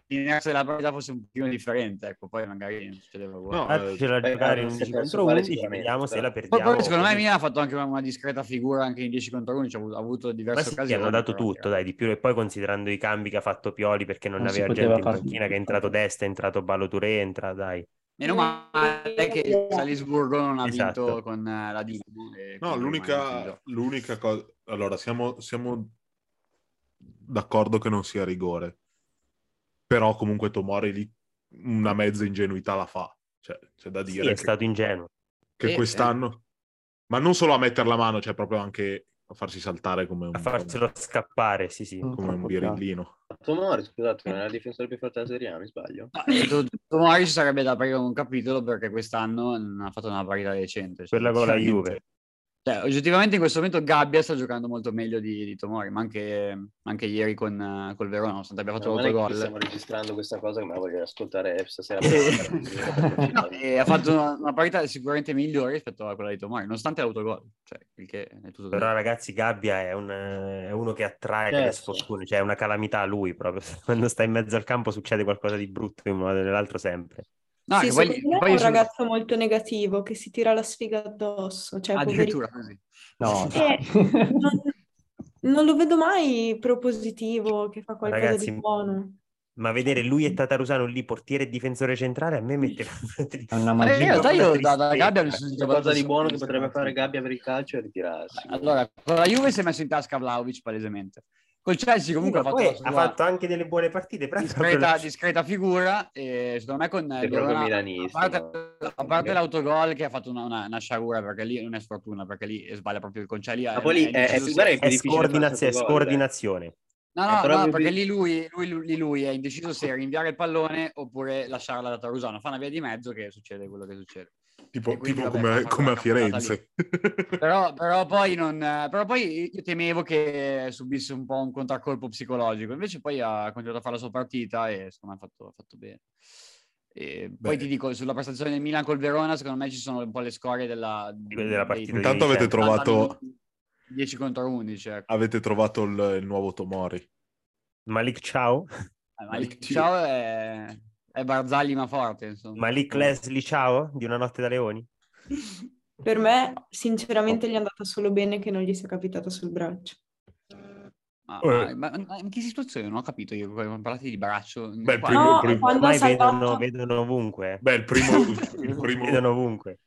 B: l'inerzia della partita fosse un pochino differente, ecco, poi magari non succedeva uguale.
E: No,
C: Fatecela
A: eh,
C: giocare in
A: eh,
C: 11
A: sì,
C: contro
A: vale
C: 11,
A: sicuramente,
C: vediamo se
A: però.
C: la
B: Poi,
C: perdiamo.
B: poi, secondo me
C: così.
B: Mina ha fatto anche una, una discreta figura anche in 10 contro 11, ha avuto, ha avuto
C: Ma
B: diverse
C: sì,
B: occasioni.
C: hanno dato
B: però,
C: tutto, dai, di più. E poi considerando i cambi che ha fatto Pioli perché non,
D: Non si
C: aveva
D: poteva
C: gente in
D: far
C: panchina, che è
D: tutto.
C: entrato Desta, è entrato Baloture, entra, dai.
B: Meno male che il Salisburgo non ha
C: Esatto.
B: vinto con eh, la Dinamo. e quindi rimane
E: No,
B: in
E: l'unica,
B: gioco.
E: l'unica cosa... Allora, siamo, siamo d'accordo che non sia rigore, però comunque Tomori lì una mezza ingenuità la fa. Cioè, c'è da
C: Sì,
E: dire
C: è
E: che,
C: stato ingenuo.
E: che
B: Eh,
E: quest'anno... Ma non solo a mettere la mano, cioè proprio anche a farsi saltare come un,
C: A farselo scappare, sì, sì.
E: come un birillino.
A: Tomori, scusate, non era il difensore più forte della Serie A, mi sbaglio?
B: No, e tu- tu magari ci sarebbe da aprire un capitolo perché quest'anno non ha fatto una partita decente. cioè,
C: Quella con la
B: sinceramente.
C: Juve.
B: Cioè, oggettivamente in questo momento Gabbia sta giocando molto meglio di, di Tomori, ma anche, anche ieri con eh, col Verona, nonostante abbia fatto
A: Meno male che
B: l'autogol.
A: stiamo registrando questa cosa che me la voglio ascoltare stasera.
C: Eh.
B: No, eh, e ha fatto una, una partita sicuramente migliore rispetto a quella di Tomori, nonostante l'autogol. Cioè, il che è tutto
C: Però ragazzi, Gabbia è, un, eh, è uno che attrae le
A: Certo.
C: sfortune, cioè è una calamità lui proprio. Quando sta in mezzo al campo succede qualcosa di brutto in un modo o nell'altro sempre.
B: No,
F: Sì,
B: che poi-
F: secondo me
B: poi
F: è
B: io
F: un
B: sono-
F: ragazzo molto negativo che si tira la sfiga addosso, cioè poverino.
B: addirittura così.
D: No,
F: Eh,
D: dai.
F: non, non lo vedo mai propositivo, che fa qualcosa
C: Ragazzi,
F: di buono.
C: Ma vedere lui e Tatarusano lì, portiere e difensore centrale, a me metteva...
D: È una
B: Ma Eh, in
D: magia.
B: realtà io da,
C: Tristezza.
B: da Gabbia mi sono sentito
A: cosa di
B: abbastanza-
A: buono che potrebbe fare Gabbia per il calcio è ritirarsi.
B: Allora, con la Juve si è messo in tasca Vlaovic palesemente. Col Chelsea comunque
C: Sì, ma
B: ha
C: poi
B: fatto la
C: ha
B: sua
C: fatto anche delle buone partite, però proprio
B: discreta,
C: la-
B: discreta figura e secondo me con eh,
A: Sei proprio
B: Verona,
A: milanista,
B: a parte,
A: no?
B: a parte l'autogol che ha fatto una, una, una sciagura perché lì non è sfortuna perché lì sbaglia proprio il concetto lì
A: Ma poi lì è- è-
B: indeciso
A: guarda
B: se-
A: che
C: è,
A: difficile
C: scordinazio- è
A: fare autogol, eh.
C: scordinazione.
B: No,
A: è
B: no, no,
A: proprio-
B: perché lì lui, lui, lui- lì lui è indeciso se rinviare il pallone oppure lasciarla da Tarusano. Fa una via di mezzo che succede quello che succede.
E: Tipo,
B: E quindi,
E: tipo
B: vabbè,
E: come,
B: fa
E: come a
B: quella campionata
E: Firenze.
B: Però, però poi non, però poi io temevo che subisse un po' un contraccolpo psicologico, invece poi ha continuato a fare la sua partita e secondo me ha fatto, ha fatto bene. E poi
E: Beh.
B: ti dico, sulla prestazione del Milan col Verona, secondo me ci sono un po' le scorie della,
C: Della partita
B: dei-
E: Intanto avete
C: Diciamo.
E: trovato,
B: 10 contro 11. Ecco.
E: avete trovato il, il nuovo Tomori.
C: Malik ciao,
B: Eh, ma
E: Malik
B: il
E: Tio.
B: ciao è, è Barzagli ma forte, insomma.
C: Malik Leslie ciao, di una notte da leoni.
F: Per me, sinceramente, gli è andata solo bene che non gli sia capitata sul braccio.
B: Ma,
C: Eh.
B: ma- ma in che situazione? Non ho capito io, quando parlate di braccio.
E: Beh, il
B: qua-
E: primo-
F: No,
E: primo-
F: quando ha
C: Ormai vedono,
F: salvato...
C: vedono ovunque. eh.
E: Beh, il primo... il primo-
C: Vedono ovunque.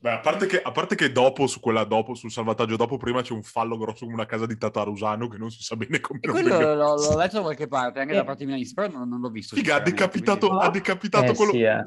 E: Beh, a parte, che, a parte che dopo, su quella dopo, sul salvataggio dopo, prima c'è un fallo grosso come una casa di Tatarusano che non si sa bene come
B: E
E: non
B: quello
E: venga-
B: l'ho, l'ho letto da qualche parte, anche
F: Eh.
B: da parte milanista, però non, non l'ho visto.
E: Figa, ha
B: sinceramente,
E: decapitato,
B: quindi-
E: ha decapitato
D: Eh,
E: quello...
D: sì, eh.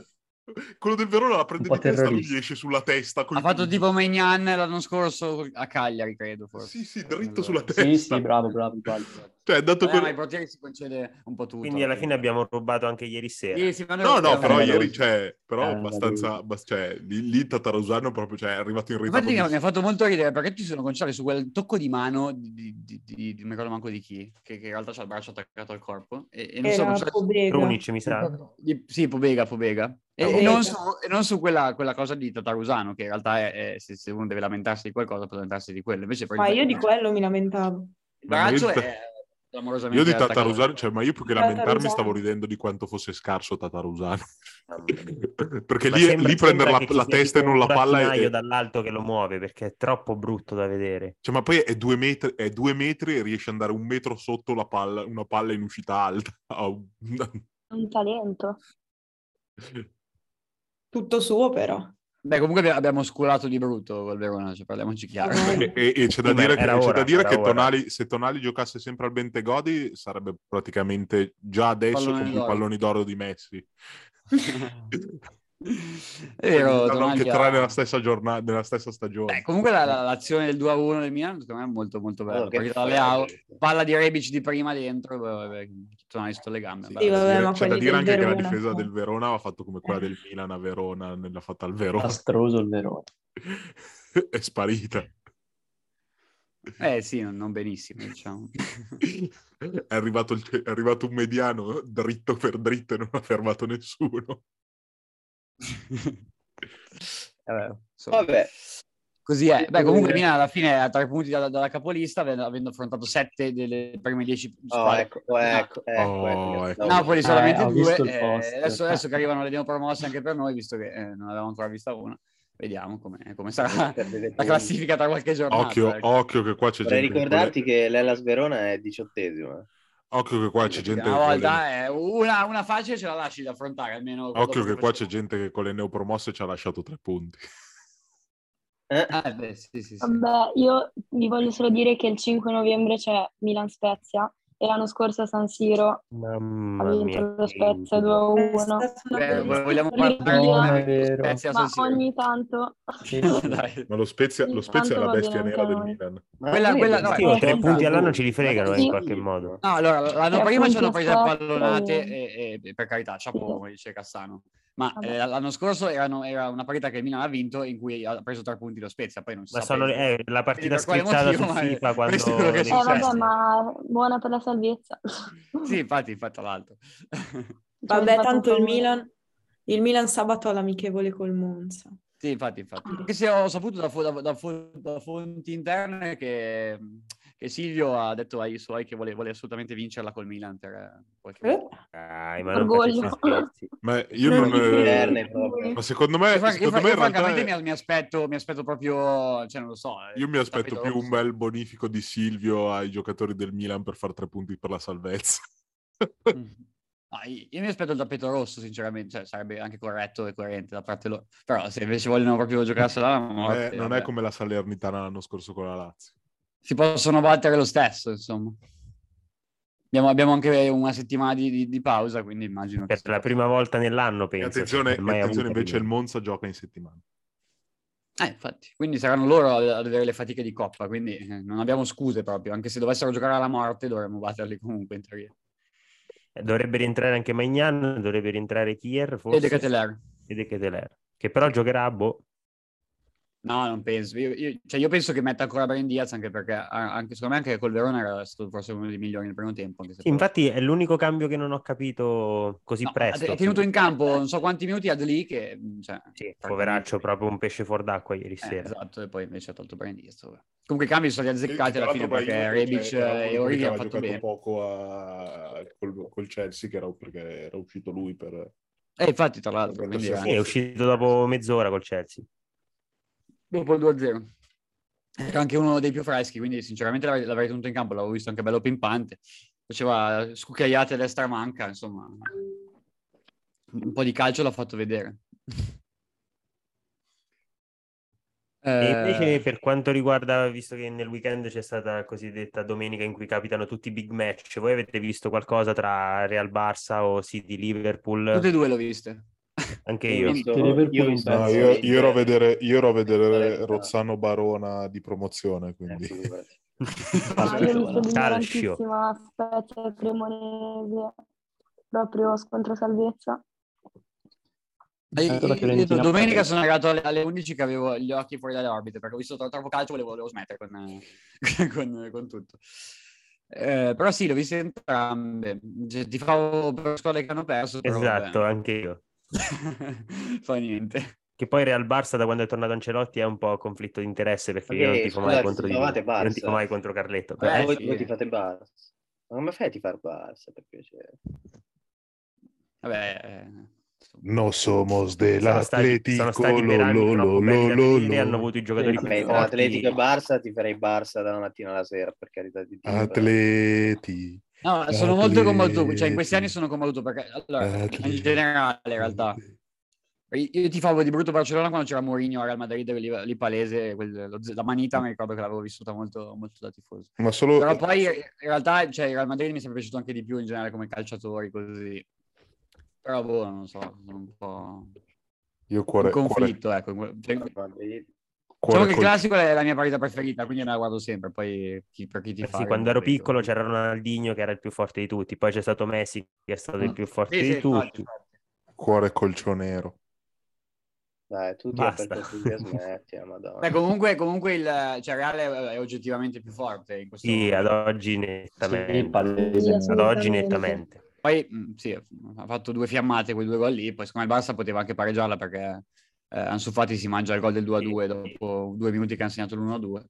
E: Quello del Verona la prende
D: Un po'
E: di testa, lui
D: terrorista.
E: gli esce sulla testa. coi
B: Ha fatto
E: denti.
B: tipo Maignan l'anno scorso a Cagliari, credo, forse.
E: Sì, sì, dritto
B: Allora.
E: sulla
D: Sì,
E: testa.
D: sì, bravo, bravo, bravo.
E: Cioè, è andato
B: Eh,
E: per-
B: ma ai portieri si concede un po' tutto.
C: Quindi alla fine abbiamo rubato anche ieri sera.
B: Sì, sì, ma noi-
E: No, no,
B: abbiamo-
E: però
D: Eh,
E: ieri,
D: sì.
E: cioè, però
D: Eh,
E: abbastanza...
D: vabbè.
E: abbast- cioè, lì, lì Tatarusano proprio, cioè, è arrivato in ritardo.
B: Infatti mi ha, mi ha
E: di-
B: fatto molto ridere perché ci sono conciati su quel tocco di mano di, di, di- di- non mi ricordo manco di chi, che, che in realtà c'ha il braccio attaccato al corpo. E, e non Eh, so,
F: Era
B: conciati su-
F: Pobega.
C: Krunic mi
E: Certo.
C: sa.
B: di- sì, Pobega, Pobega. E,
C: Pobega.
B: e non su, e non su quella, quella cosa di Tatarusano, che in realtà è, è- se, se uno deve lamentarsi di qualcosa può lamentarsi di quello. Invece per
F: Ma io di
B: il
F: quello mi lamentavo.
B: braccio
E: Ma io-
B: è clamorosamente
E: Io di
B: attaccato.
E: Tatarusano, cioè, ma io più che
F: Tatarusano.
E: lamentarmi stavo ridendo di quanto fosse scarso Tatarusano. Perché
C: Ma
E: lì,
C: sembra-
E: lì prendere
C: sembra
E: la,
C: che ci
E: la
C: sia
E: testa e
C: tipo
E: non la
C: un
E: palla
C: burattinaio
E: è,
C: dall'alto che lo muove perché è troppo brutto da vedere.
E: cioè, ma poi è due, metri, è due metri e riesce ad andare un metro sotto la palla, una palla in uscita alta. Oh, Au.
G: Un talento.
F: Tutto suo, però.
B: Beh, comunque abbi- abbiamo sculato di brutto col Verona, cioè, parliamoci chiaro.
E: e, e- e c'è da
C: Sì, ma
E: dire che,
C: era
E: c'è
C: ora,
E: da dire
C: era
E: che
C: ora.
E: Tonali, se Tonali giocasse sempre al Bentegodi sarebbe praticamente già adesso
B: Pallone
E: con più
B: d'oro.
E: palloni d'oro di Messi.
B: È vero,
E: Hanno anche
B: Tonali ha-
E: tre nella stessa, giornata, nella stessa stagione.
C: Eh,
B: Beh, comunque la- la- l'azione del 2-1 del Milan secondo me è molto molto bella.
A: Oh, che
B: Partita da
A: folle,
B: Leao,
A: veramente.
B: palla di Rebic di prima dentro, vabbè, vabbè, Tonali sotto le gambe.
E: Sì,
B: bella.
E: c'è da
F: vabbè,
E: dire-
F: ma
E: c'è da
F: quelli
E: dire
F: del
E: anche che la
F: Verona,
E: difesa
F: no.
E: del Verona ha fatto come quella del Milan a Verona, l'ha fatta al Verona,
D: Astroso il Verona.
E: è sparita.
B: Eh sì, non, non benissimo, diciamo.
E: È arrivato, il ce- è arrivato un mediano dritto per dritto e non ha fermato nessuno.
B: Vabbè, insomma.
A: Vabbè,
B: Così è. Beh, comunque Milan alla fine è a tre punti dalla, dalla capolista, avendo, avendo affrontato sette delle prime dieci
A: oh,
B: squadre.
A: ecco, oh, ecco, ecco,
E: Oh,
A: ecco.
E: ecco.
B: Napoli solamente
D: Eh, ho
B: due.
D: visto il
B: eh,
D: post.
B: adesso, adesso che arrivano le neopromosse anche per noi, visto che eh, non avevamo ancora vista una, vediamo com'è- come sarà
A: Perde
B: la
A: punti.
B: classifica tra qualche giornata.
E: Occhio,
B: ecco.
E: occhio che qua c'è
A: Vorrei
E: gente. con
A: ricordarti
E: le-
A: che l'Ellas Verona è diciottesima.
E: Occhio che qua c'è gente.
B: una
E: con le-
B: volta eh, una, una facile ce la lasci da affrontare almeno.
E: Occhio
B: dopo
E: che qua c'è
B: facciamo-
E: gente che con le neopromosse ci ha lasciato tre punti.
A: Eh?
B: Ah, beh, sì, sì, sì.
G: Vabbè, io vi voglio solo dire che il 5 novembre c'è Milan Spezia e l'anno scorso a San Siro ha
C: Mamma
G: vinto
C: mia.
G: lo Spezia
F: È
G: 2-1.
F: stata una
B: Eh,
F: bellissima
B: vogliamo
G: parlare
F: partita.
B: parlare
D: è vero.
B: Spezia
G: Ma
B: San Siro.
G: ogni tanto
D: Sì, sì.
B: Dai.
E: Ma lo Spezia, lo
G: Ogni
E: Spezia è la
G: tanto va
E: bestia
G: bene
E: nera
G: anche
E: del
G: a noi.
E: Milan.
A: Ma
B: Quella-
A: non è
B: quella-
A: vero.
B: no,
C: Sì, ma tre
B: Conta.
C: punti all'anno ce li fregano eh,
G: Sì.
C: in qualche modo.
B: No, allora, l'anno
G: Eh,
B: prima ci hanno
G: appunto,
B: preso a
G: sta-
B: pallonate e, e- per carità, chapeau, come dice Cassano. Ma
G: Vabbè.
B: eh, l'anno scorso erano- era una partita che il Milan ha vinto in cui ha preso tre punti lo Spezia, poi non si
C: Ma
B: sa
C: sono
B: bene.
C: eh, la partita
B: Per quale
C: scrittata su
B: motivo, ma-
C: FIFA quando...
B: questo è quello che
G: Eh,
B: succede.
G: vabbè, ma buona per la salvezza.
C: eh.
B: Sì, infatti, infatti, tra l'altro.
F: Vabbè,
G: Ci hanno fatto
F: tanto
G: un
F: il
G: favore.
F: Milan, il Milan sabato ha l'amichevole col Monza.
B: Sì, infatti, infatti. Anche se ho saputo da, fu- da- da fu- da fonti interne che, che Silvio ha detto ai suoi che vuole, vuole assolutamente vincerla col Milan per eh, qualche motivo.
C: Dai, ma non
G: Orgoglio.
C: faccio scherzi.
E: Ma io
F: Non
E: non.
F: mi
E: eh,
A: Verne proprio.
E: Ma secondo me,
B: Io, fra- io
E: Eh, secondo
B: fra-
E: me
B: io
E: in realtà
B: francamente
E: è-
B: mi, mi aspetto, mi aspetto proprio, cioè non lo so.
E: Io mi
B: il
E: aspetto
B: tappeto
E: più un
B: rosso.
E: bel bonifico di Silvio ai giocatori del Milan per far tre punti per la salvezza.
B: Mm. No, io io mi aspetto il tappeto rosso, sinceramente, cioè, sarebbe anche corretto e coerente da parte loro. Però se invece vogliono proprio giocarsela,
E: Non è- Eh, non è
B: vabbè.
E: come la Salernitana l'anno scorso con la Lazio.
B: si possono battere lo stesso, insomma. Abbiamo, abbiamo anche una settimana di, di- di pausa, quindi immagino che
C: Per la prima volta nell'anno,
E: E
C: penso.
E: attenzione,
C: cioè, mai
E: attenzione,
C: avuto
E: invece il
C: prima.
E: Monza gioca in settimana.
B: Eh, infatti, quindi saranno loro ad ad avere le fatiche di coppa, quindi eh, non abbiamo scuse proprio, anche se dovessero giocare alla morte dovremmo batterli comunque in teoria.
C: Eh, Dovrebbe rientrare anche Magnan, dovrebbe rientrare Kier, forse.
B: E De Ketelaere?
C: E De Ketelaere. Che però giocherà a boh.
B: No, non penso. Io, io- cioè, io penso che metta ancora Brian Diaz, anche perché ah, anche, secondo me anche col Verona era stato forse uno dei migliori nel primo tempo. Anche se
C: Sì, infatti è l'unico cambio che non ho capito così
B: No, ha
C: presto.
B: te- ha tenuto in campo non so quanti minuti Adli che... mh, Cioè,
C: Sì,
B: francamente-
C: poveraccio, proprio un pesce fuor d'acqua ieri
B: Eh,
C: sera.
B: esatto, e poi invece ha tolto Brian Diaz. vabbè. Comunque i cambi sono stati azzeccati
E: Tra
B: alla
E: l'altro
B: fine
E: Brahimovic,
B: perché Rebic
E: eh, era uno
B: e
E: che
B: Origi hanno
E: aveva
B: fatto
E: giocato
B: bene.
E: poco a- col, col Chelsea, che era perché era uscito lui per...
B: E Eh, infatti, tra l'altro,
E: Perché
B: quindi
E: si
B: era-
E: fu-
C: Sì, è uscito dopo mezz'ora col Chelsea.
B: dopo il 2-0. Era anche uno dei più freschi, quindi sinceramente l'avrei, l'avrei tenuto in campo, l'avevo visto anche bello pimpante. Faceva scucchiaiate a destra e manca, insomma. Un po' di calcio l'ha fatto vedere.
C: E invece
B: Eh,
C: per quanto riguarda, visto che nel weekend c'è stata la cosiddetta domenica in cui capitano tutti i big match, voi avete visto qualcosa tra Real Barça o
B: Tutte
C: City
B: e
C: Liverpool?
B: due l'ho viste.
C: Anche
A: Io ho
C: io.
A: visto-
D: Tutti i Liverpool
A: io ho
D: in
A: visto-
E: No,
D: Penso
E: io,
D: che-
E: io ero a vedere, io ero a vedere
A: Inter-
E: Rozzano Barona di promozione,
A: Eh,
E: quindi...
A: figurati.
G: Ma Ah, io ho visto
C: Calcio.
G: l'ignorantissima Spezia Cremonese, proprio scontro salvezza.
B: Eh, io-
D: Tanto la
B: io-
D: Fiorentina
B: domenica
D: perde.
B: sono arrivato alle, alle 11 che avevo gli occhi fuori dalle orbite perché ho visto tro- troppo calcio e volevo, volevo smettere con, eh, con- con tutto. Eh, però sì, le ho viste entrambe. Cioè, ti favo per squadre che hanno perso. Però,
C: Esatto, anche io.
B: vabbè. Fa niente.
C: Che poi Real Barça da quando è tornato Ancelotti è un po' a conflitto di interesse perché
A: Ma
C: io non
A: che-
C: tifo
A: scusate,
C: mai contro di
A: si
C: lui.
A: chiamate
C: Io non
A: Barça?
C: tifo mai contro Carletto.
B: Eh,
A: Ma voi,
B: sì.
A: voi ti fate Barça? Ma come fai a tifar Barça? Per piacere.
B: Vabbè, eh, insomma.
E: No somos
C: sono stati, sono stati per anni troppo belli da vedere, hanno avuto i giocatori
B: Vabbè,
C: più
A: Vabbè, tra
C: forti.
A: Atletico e Barça ti farei Barça dalla mattina alla sera, per carità di Dio.
E: Ah, Atleti.
B: No, sono molto combattuto. Cioè, in questi
E: Atleti.
B: anni sono combattuto perché allora, in
E: Atleti.
B: generale, in realtà. Io ti favo di brutto Barcellona quando c'era Mourinho al Real Madrid, lì, lì palese, quel- lo z- la manita mi ricordo che l'avevo vissuta molto, molto da tifoso.
E: Ma solo...
B: Però poi in realtà cioè, il Real Madrid mi è sempre piaciuto anche di più in generale come calciatori, così. Però boh, non so, sono un po'
E: Io
B: in
E: cuore, cuore,
B: conflitto, ecco. Cioè, diciamo
A: Madrid.
E: cuore
B: che il
E: col-
B: classico è la mia partita preferita, quindi me la guardo sempre, poi chi, per chi ti
C: Anzi, Eh quando ero piccolo c'era Ronaldinho che era il più forte di tutti, poi c'è stato Messi che è stato il più forte di tutti.
E: cuore colcionero.
A: Dai, tutti
C: Basta.
A: per consiglio smetti, eh, madonna.
B: Beh, comunque, comunque il cioè, Real è, è oggettivamente più forte in questo
C: Sì, ad
B: momento.
C: oggi
D: Sì,
C: nettamente.
D: palese.
G: Sì,
C: Ad oggi
G: Assolutamente.
C: nettamente.
B: Poi mh, sì, ha fatto due fiammate quei due gol lì, poi secondo me il Barça poteva anche pareggiarla perché eh, Ansu Fati si mangia il gol del 2-2 dopo due minuti che hanno segnato l'1-2.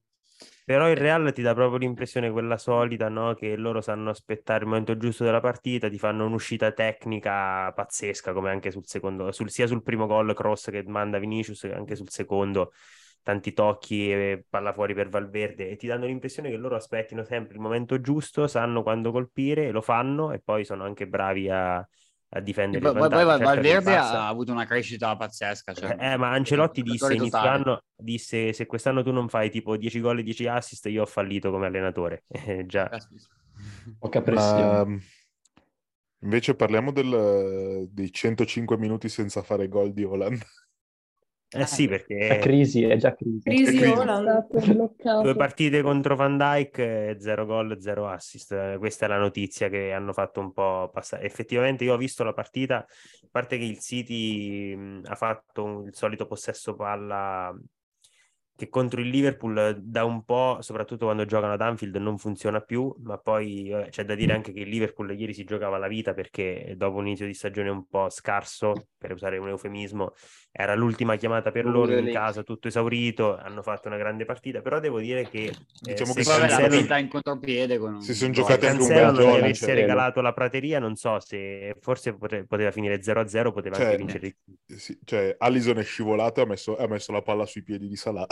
C: Però il Real ti dà proprio l'impressione quella solita, no? Che loro sanno aspettare il momento giusto della partita, ti fanno un'uscita tecnica pazzesca, come anche sul secondo, sul- sia sul primo gol cross che manda Vinicius, che anche sul secondo, tanti tocchi e palla fuori per Valverde, e ti danno l'impressione che loro aspettino sempre il momento giusto, sanno quando colpire, lo fanno e poi sono anche bravi a, a
B: E
C: difendere
B: poi,
C: il
B: poi- poi
C: vantaggio. Certo che il
B: Valverde
C: Barça-
B: ha avuto una crescita pazzesca. Cioè,
C: eh, ma Ancelotti
B: un
C: disse
B: giocatore
C: inizio
B: totale.
C: anno, disse se quest'anno tu non fai tipo 10 gol e 10 assist, io ho fallito come allenatore. Eh, già.
B: Caspita. Eh
D: Poca
E: Ma,
D: pressione.
E: mm, invece parliamo del, eh, dei 105 minuti senza fare gol di Holland.
C: Eh sì,
D: La
C: perché
D: crisi, è già crisi.
F: Crisi
E: Crisi.
F: Holland.
C: due partite contro Van Dyke, 0 gol, 0 assist. Eh, Questa è la notizia che hanno fatto un po' passare. Effettivamente io ho visto la partita, a parte che il City mh, ha fatto un- il solito possesso palla che contro il Liverpool eh, da un po', soprattutto quando giocano ad Anfield, non funziona più, ma poi eh, c'è da dire anche che il Liverpool ieri si giocava la vita perché dopo un inizio di stagione un po' scarso, per usare un eufemismo, era l'ultima chiamata per loro in
A: Lunghi.
C: casa, tutto esaurito, hanno fatto una grande partita, però devo dire che eh,
E: Diciamo
C: se
E: che
B: Poi vabbè, l'ha
E: Cancelo-
B: vinta in contropiede con un
E: Si sono
B: gol.
E: giocati anche un
C: Cancelo
E: bel
C: non gli
E: gioco.
C: avesse
E: cioè,
C: regalato la prateria, non so se forse potre- poteva finire 0-0, poteva
E: Cioè,
C: anche vincere. il-
E: sì, cioè, Allison è scivolato e ha messo, ha messo la palla sui piedi di Salah.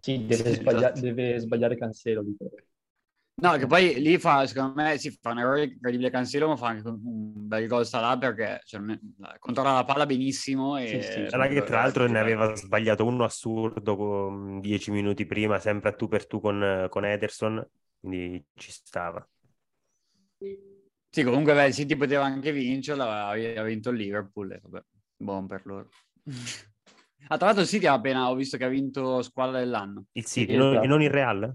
D: Sì, deve,
B: Sì,
D: sbaglia-
B: esatto.
D: deve sbagliare Cancelo. dico.
B: No, che poi lì fa, secondo me, si fa un errore incredibile Cancelo, ma fa anche un bel gol Salah perché cioè, non è- controlla la palla benissimo e... cioè, eh,
D: Sì, sì.
C: Sarà che tra l'altro ne aveva sbagliato uno assurdo con- dieci minuti prima, sempre a tu per tu con, con Ederson, quindi ci stava.
B: Sì, comunque beh, il City poteva anche vincerla, ha vinto il Liverpool, e vabbè, buon per loro. Ah, tra l'altro il City ha appena, ho visto che ha vinto squadra dell'anno.
C: Il City,
D: Sì,
C: non,
D: esatto.
C: non il Real?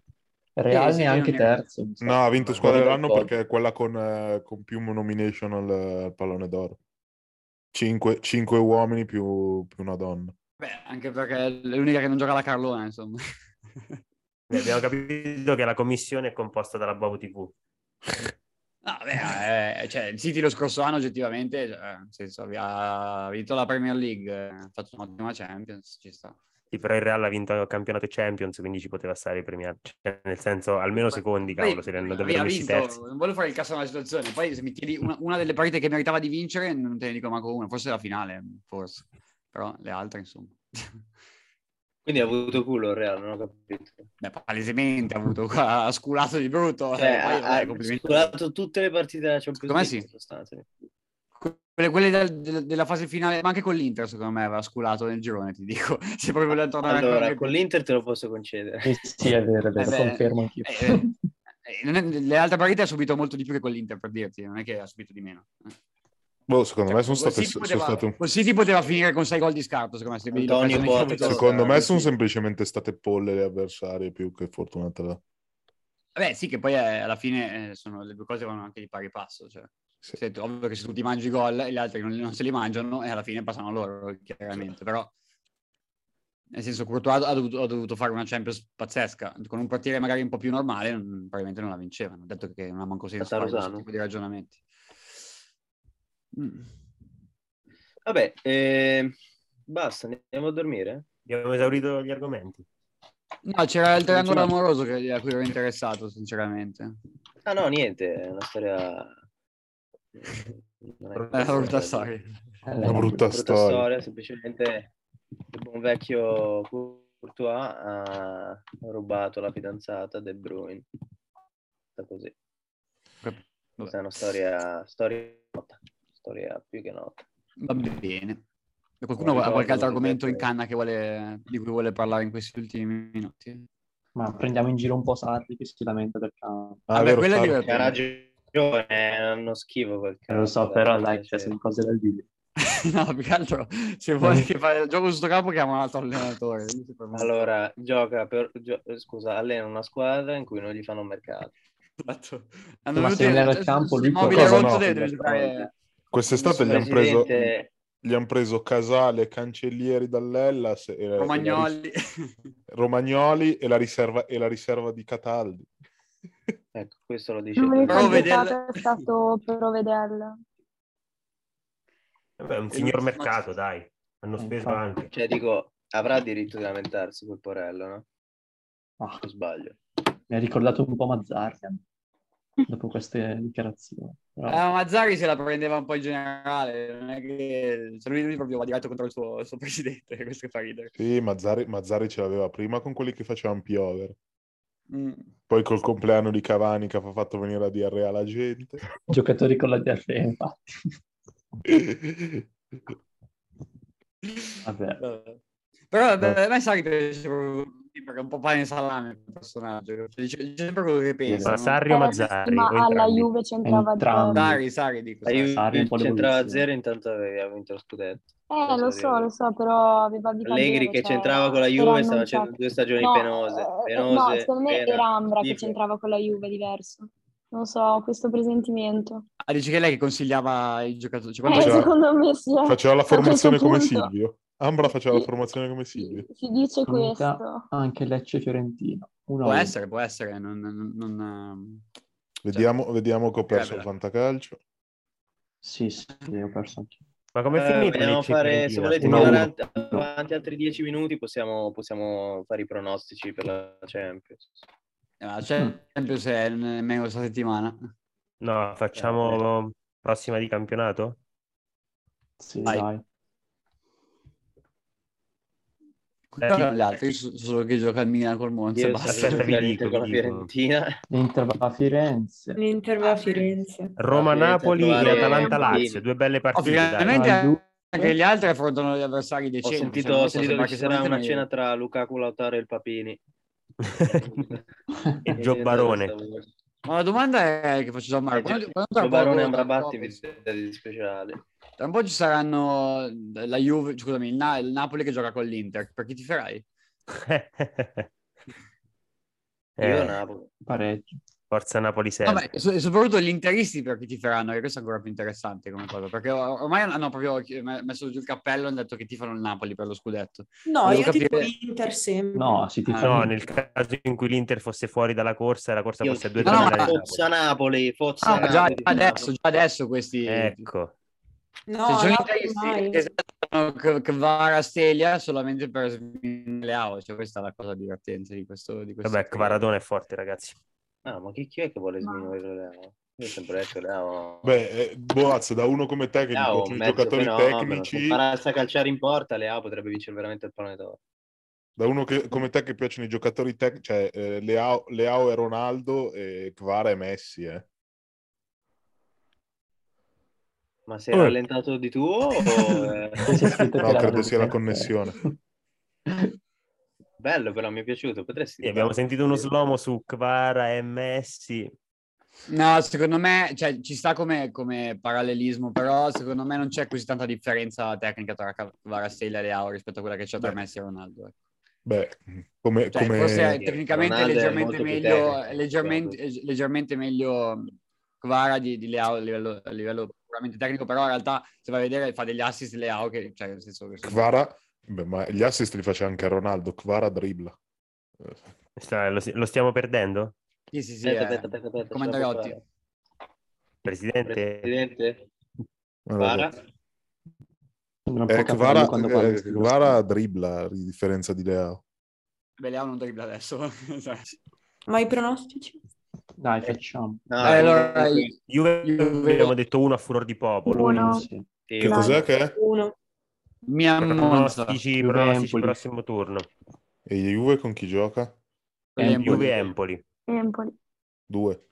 D: Real
B: sì, Eh,
D: neanche
B: non è-
D: terzo. mi sa.
E: No, ha vinto
D: Fuori
E: squadra
D: dal
E: dell'anno
D: top.
E: perché è quella con, eh, con più nomination al al pallone d'oro. Cinque, cinque uomini più, più una donna.
B: Beh, anche perché è l'unica che non gioca la Carlona, insomma.
C: Eh, Abbiamo capito che la commissione è composta dalla Bobo TV.
B: No, Ah, beh, eh, cioè, il City lo scorso anno oggettivamente eh, nel senso, vi- ha vinto la Premier League, eh, ha fatto un'ottima Champions, ci sta.
C: Sì, però il Real ha vinto il campionato e Champions, quindi ci poteva stare premiato. Cioè, nel senso, almeno secondi,
B: Poi-
C: cavolo, se ne hanno
B: ha-
C: davvero
B: ha
C: messi
B: vinto,
C: terzi.
B: Non voglio fare il caso della situazione, poi se mi chiedi una, una delle partite che meritava di vincere non te ne dico manco una, forse la finale, forse, però le altre insomma.
A: Quindi ha avuto culo il Real, non ho capito.
B: Beh, palesemente ha avuto, ha sculato di brutto.
A: Cioè,
B: eh, poi,
A: ha,
B: vabbè,
A: ha
B: complimenti.
A: scorato tutte le partite della Champions
B: Secondo me
A: League,
B: sì.
A: in sostanza.
B: Quelle, quelle del- del- della fase finale, ma anche con l'Inter secondo me aveva sculato nel girone, ti dico. Se proprio voleva tornare
A: Allora,
B: ancora-
A: con l'Inter te lo posso concedere.
D: Sì, sì, è vero, è vero,
B: Eh beh,
D: confermo anch'io.
B: eh, eh, eh, non è- le altre partite ha subito molto di più che con l'Inter, per dirti, non è che ha subito di meno.
E: Boh, secondo me
B: Cioè,
E: sono state...
B: col City
E: sono
B: poteva-
E: state un-
B: col City poteva finire con 6 gol di scarto, secondo me. se vedi
A: Antonio
B: l'occasione che ha
A: Botta,
B: avuto-
E: Secondo me
A: Eh,
E: sono
A: sì.
E: semplicemente state polle le avversarie più che fortunate.
B: Beh, sì, che poi eh, alla fine eh, sono, le due cose vanno anche di pari passo. Cioè.
E: Sì.
B: Se tu- ovvio che se tu ti mangi i gol e gli altri non, non se li mangiano, e alla fine passano loro, chiaramente. Però, nel senso, Courtois ha dovuto, ha dovuto fare una Champions pazzesca. Con un portiere magari un po' più normale, non- probabilmente non la vincevano. Detto che non ha manco senso fare questo
A: Tatarusano.
B: tipo di ragionamenti. Mm.
A: Vabbè, eh, basta, andiamo a dormire.
C: Abbiamo esaurito gli argomenti.
B: No, c'era il triangolo
D: c'è-
B: amoroso che- a cui ero interessato, sinceramente.
A: Ah no, niente, è una storia... Non
B: È una brutta storia.
E: Una brutta
A: brutta
E: storia.
A: storia, semplicemente il buon vecchio Courtois ha rubato la fidanzata del Bruin. Sta così.
B: Vabbè.
A: Questa Cioè, è una storia, storia nota, storia più che nota.
B: Va bene. E Qualcuno ha
A: Ricordo
B: qualche altro
A: che
B: argomento in
A: detto-
B: canna che vuole- di cui vuole parlare in questi ultimi minuti?
D: Ma prendiamo in giro un po' Sarri che si lamenta del campo.
E: Ah,
B: Vabbè,
E: vero,
B: quella è
E: Sara?
B: divertente.
A: Ha ragione, è uno schifo quel
D: Non lo so,
A: cazzo,
D: però
B: eh,
A: dai,
D: dai, cioè,
A: sì.
D: sono cose da dire.
B: no, più che altro, se vuoi che fai il gioco su sto campo, chiama un altro allenatore. Lì si ferma.
A: Allora, gioca per, gio- eh, scusa, allena una squadra in cui non gli fanno un mercato.
B: Esatto.
D: Ma se non era il campo, lui
B: mobile
E: cosa
B: rotto
E: no?
B: deve deve giocare.
E: Quest'estate
A: Il
E: gli hanno preso...
A: presidente
E: Gli hanno preso Casale, Cancellieri dall'Ellas e
D: eh,
E: la-
B: Romagnoli.
E: Romagnoli e la riserva, e la riserva di Cataldi.
A: Ecco, questo lo dice.
G: L'unica
B: Però vede-
G: giocata
B: Provedel.
G: è stato Provedel.
C: Vabbè, è un
B: E
C: signor
B: non-
C: mercato, dai. Hanno speso
D: Infatti.
C: anche.
A: Cioè, dico, avrà diritto di lamentarsi quel porello, no?
D: Ah,
A: O sbaglio.
D: mi ha ricordato un po' Mazzarrian dopo queste dichiarazioni. Però-
B: Ah, Mazzari se la prendeva un po' in generale, non è che... cioè, lui, lui proprio va diretto contro il suo, il suo presidente, questo che fa ridere.
E: Sì, Mazzari, Mazzari ce l'aveva prima con quelli che facevano piover.
B: Mm.
E: Poi col compleanno di Cavani che ha fatto venire la diarrea alla gente.
D: Giocatori con la DRE, infatti. Vabbè.
B: Però vabbè, a me Sari piace proprio così, perché è un po' pane e salame il personaggio, cioè, dice, dice sempre quello che pensa.
C: Sarri
B: no?
C: o
G: Era
C: Mazzari?
G: prima
C: o
G: Eh, alla
C: entrambi?
G: Juve c'entrava
D: Entrambi.
B: Sari, Sari, dico.
A: La
B: Sari.
A: Juve
D: Sarri un po'
A: c'entrava a
D: l'evoluzione.
A: zero, intanto aveva vinto lo scudetto.
G: Eh, lo
A: Questo
G: so,
A: devo
G: lo
A: dire.
G: so, però aveva di
A: Cioè, Allegri
G: cadere,
A: che
G: cioè,
A: c'entrava con la
G: era
A: Juve stava
G: annunciato.
A: facendo due stagioni
G: No,
A: penose.
G: eh, eh,
A: penose,
G: no, secondo me
A: pena,
G: era Ambra che
A: schifo.
G: c'entrava con la Juve, diverso. Non so, ho questo presentimento.
B: Ah, dice che è lei che consigliava i giocatori. Cioè,
G: Eh,
B: quando
E: Faceva-
B: giocava-
G: secondo me sì. eh.
E: Faceva la
G: A questo
E: formazione come
G: punto-
E: Silvio. Ambra faceva la
G: Sì.
E: formazione come Silvio.
G: Si dice
D: Comunità.
G: questo.
D: Anche Lecce Fiorentino. Uno
B: Può
D: a uno.
B: essere, può essere. Non, non- non-
E: Vediamo, vediamo che ho perso
B: Vabbè.
E: il fantacalcio.
D: Sì, sì, ho perso anche.
C: Ma come
A: Eh,
C: finito?
A: vogliamo fare, se volete
E: Uno a
A: tirare avanti, avanti altri dieci minuti, possiamo, possiamo fare i pronostici per la Champions.
B: eh, ma c'è
D: Mm.
B: per esempio se è meno questa settimana.
C: No, facciamo prossima di campionato?
D: Sì,
B: Vai.
D: dai.
C: Eh,
B: Però
C: sì.
B: gli altri so- solo che gioca al Milan col Monza e
A: Io
B: basta.
A: aspetta,
C: aspetta, vi
A: vi
C: dico,
A: con la
C: vi dico.
A: Fiorentina.
D: L'Inter va a Firenze.
F: L'Inter va a Firenze.
C: Roma Napoli
A: Trovare
C: e Atalanta Lazio,
A: Bambini.
C: due belle
B: Oh,
C: partite. dai.
B: finalmente
D: Ah, Ju-
B: anche gli altri affrontano gli avversari
A: Ho
B: decenti.
A: sentito,
B: cioè, non
A: ho
B: so,
A: sentito
B: sembra
A: che ci
B: se
A: sarà una
B: Fiorentina-
A: cena tra Lukaku, Lautaro e il Papini.
C: E Gio Barone.
B: Ma la domanda è che faccio già a Marco. Quando, quando tra
A: Gio Barone e
B: poco-
A: Ambrabatti vi siete di speciale.
B: tra un po' ci saranno la Juve, scusami, il, Na- il Napoli che gioca con l'Inter. Per chi ti farai?
A: Io
C: Eh,
A: Napoli.
D: Pareggio.
C: forza Napoli sempre.
B: Vabbè, so- e soprattutto gli interisti per chi ti faranno, che questo è ancora più interessante come cosa, perché or- ormai hanno proprio chi- me- messo giù il cappello e hanno detto che tifano il Napoli per lo scudetto.
F: No,
B: Volevo
F: io tipo
B: capire-
F: l'Inter sempre.
D: No, si ti
B: Ah,
D: fa
C: No, nel caso in cui l'Inter fosse fuori dalla corsa, la corsa
A: Io
C: fosse a due
B: No,
C: tre
B: no,
C: medaglie.
B: ma-
A: Fozza Napoli, Fozza
B: Ah, già, già
A: Napoli.
B: adesso, già adesso questi...
C: Ecco,
F: No,
B: Ci sono
F: Napoli
B: interisti
F: mai.
B: che
C: esatto.
B: saltano K- Kvara Stelia solamente per smileavo, cioè questa è la cosa divertente di questo... Di questo
C: vabbè, Kvaradona è forte, ragazzi.
A: Ah, ma chi, chi è che vuole sminuire Leao? Io ho sempre detto Leao.
E: Beh, eh, Boaz, da uno come te che gli
A: Leao è
E: piacciono
A: un
E: i
A: mezzo
E: giocatori
A: fenomeno. Se
E: tecnici,
A: imparasse a calciare in porta, Leao potrebbe vincere veramente il pallone d'oro.
E: da uno che- come te che piacciono i giocatori tecnici, cioè eh, Leao, Leao e Ronaldo e Kvara e Messi, eh.
A: Ma sei
C: Oh.
A: rallentato di tuo? O... eh?
D: Questo è scritto
E: No,
D: che la
E: credo sia la
D: gente-
E: connessione.
A: Bello, però mi è piaciuto. Potresti.
C: Sì, abbiamo sentito uno slomo su Kvara e Messi.
B: No, secondo me cioè, ci sta come, come parallelismo, però secondo me non c'è così tanta differenza tecnica tra Kvara Stelia e Leao rispetto a quella che c'è tra
E: Beh.
B: Messi e Ronaldo. ecco.
E: Beh, come...
B: Cioè,
E: come-
B: forse
A: Sì,
B: tecnicamente
A: Ronaldo è
B: leggermente
A: molto più
B: meglio,
A: tecnico,
B: leggermente, leggermente meglio Kvara di, di Leao a livello, a livello puramente tecnico, però in realtà se vai a vedere fa degli assist Leao che... Cioè, nel senso che sono-
E: Kvara... Beh, ma gli assist li faceva anche a Ronaldo, Kvara dribbla. Eh,
C: Sta- Lo, lo stiamo perdendo?
B: Sì, sì, sì.
A: Aspetta,
B: eh,
A: aspetta, aspetta, aspetta,
B: come
A: ce la
B: Andreotti.
A: può
C: Presidente,
A: fare. Presidente,
E: Guarda,
A: Kvara?
D: Sembra un po'
E: Eh,
D: Caparelli
E: Kvara,
D: quando parla
E: eh,
D: di Silvio
E: Kvara dribbla, a differenza di Leao.
B: Beh, Leao non dribbla adesso. Cioè,
F: Ma i pronostici?
D: Scaloni. Dai, facciamo.
A: No,
B: Eh, allora,
A: sì,
C: Juve,
B: Juve.
C: abbiamo detto uno a furor di popolo.
G: Uno.
C: quindi
D: Sì.
A: sì, Ecco,
E: Che
A: ma-
E: cos'è che
C: Eh?
E: è?
F: Uno.
B: mi ammonza.
C: Pronostici,
D: Juve,
C: pronostici
D: Empoli.
C: prossimo turno.
E: E Juve con chi gioca?
C: Juve Empoli.
G: Empoli.
E: Due.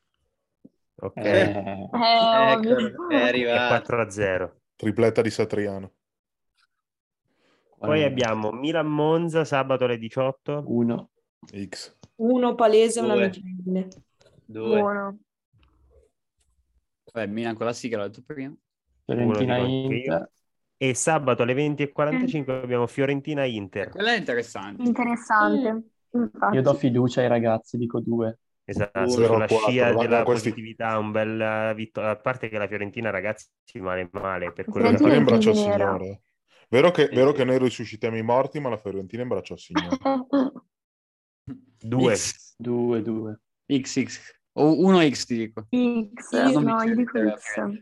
C: Ok.
D: Eh,
G: Eh,
A: Ecco,
G: ovvio.
A: è
C: È
A: arrivato.
C: 4 a 0.
E: Tripletta di Satriano.
C: Poi
D: eh,
C: abbiamo Milan Monza sabato alle 18.
D: Uno.
E: X.
F: Uno palese, una
A: Due.
F: micelle.
A: Due.
G: Buono.
B: Vabbè, Milan con la sigla, l'ho detto prima.
D: Fiorentina
C: Uno, dico
D: Inter.
C: E sabato alle
E: Eh.
C: 20.45 abbiamo Fiorentina Inter.
B: Quella è interessante.
A: Mm.
G: Interessante. Infatti.
D: Io do fiducia ai ragazzi, dico due.
C: Esatto,
E: Zero
C: sulla
E: a quattro,
C: scia
E: guarda
C: della
E: questi-
C: positività, un bel eh, vittoria. A parte che la Fiorentina, ragazzi, male male per quello che
E: Fiorentina
C: ha
G: Fiorentina
C: fatto.
E: imbracciò il
G: nera.
E: Signore. Vero che,
C: Sì,
E: vero
C: sì.
E: che noi risuscitiamo i morti, ma la Fiorentina imbracciò il Signore.
C: Due.
B: X,
D: 2, 2.
B: XX, o 1X ti dico.
G: X,
F: Io-
G: no, io dico
B: Eh,
G: X.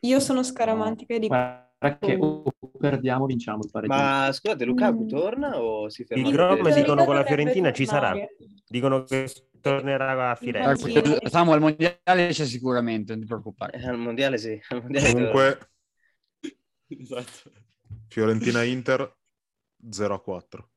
F: Io sono scaramantica e dico
D: Guarda che o o perdiamo, o vinciamo il pareggio.
A: Ma scusate, Lukaku
G: Mm.
A: torna o si ferma?
C: I
A: a
C: Grom
A: vedere?
C: dicono con la
F: Dovrebbe
C: Fiorentina ci sarà.
F: tornare.
C: Dicono che tornerà a
B: Eh,
C: Firenze.
F: Infatti-
E: Ah,
F: Sì.
B: Siamo al mondiale c'è sicuramente, non ti preoccupare.
A: Eh, Al mondiale sì, al mondiale torna.
E: Comunque,
B: Esatto.
E: Fiorentina-Inter 0 a 4.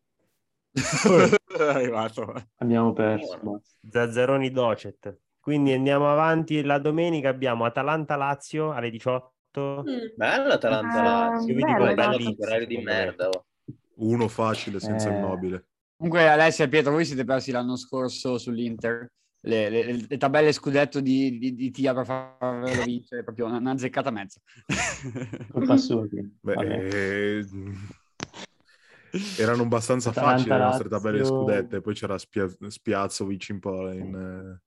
B: È arrivato.
D: Abbiamo perso.
A: Buono.
D: basta.
C: Zazzaroni Docet. Quindi andiamo avanti. La domenica abbiamo Atalanta-Lazio alle 18.
F: Mm.
A: Bello Atalanta Lazio,
G: Eh,
A: vi dico
G: bello,
A: un bello
G: Lazio.
A: operario di merda. oh.
E: Uno facile senza
D: Eh.
E: immobile.
B: Comunque Alessia e Pietro, voi siete persi l'anno scorso sull'Inter. Le, le- le tabelle scudetto di, di, di Tia per farvelo vincere, proprio una, una zeccata a mezzo.
D: Colpa sua, quindi.
E: Beh,
D: Vabbè.
E: eh, erano abbastanza
D: Atalanta,
E: facili le nostre tabelle
D: Lazio.
E: scudette. Poi c'era Spia- Spiazzovic in, po- in,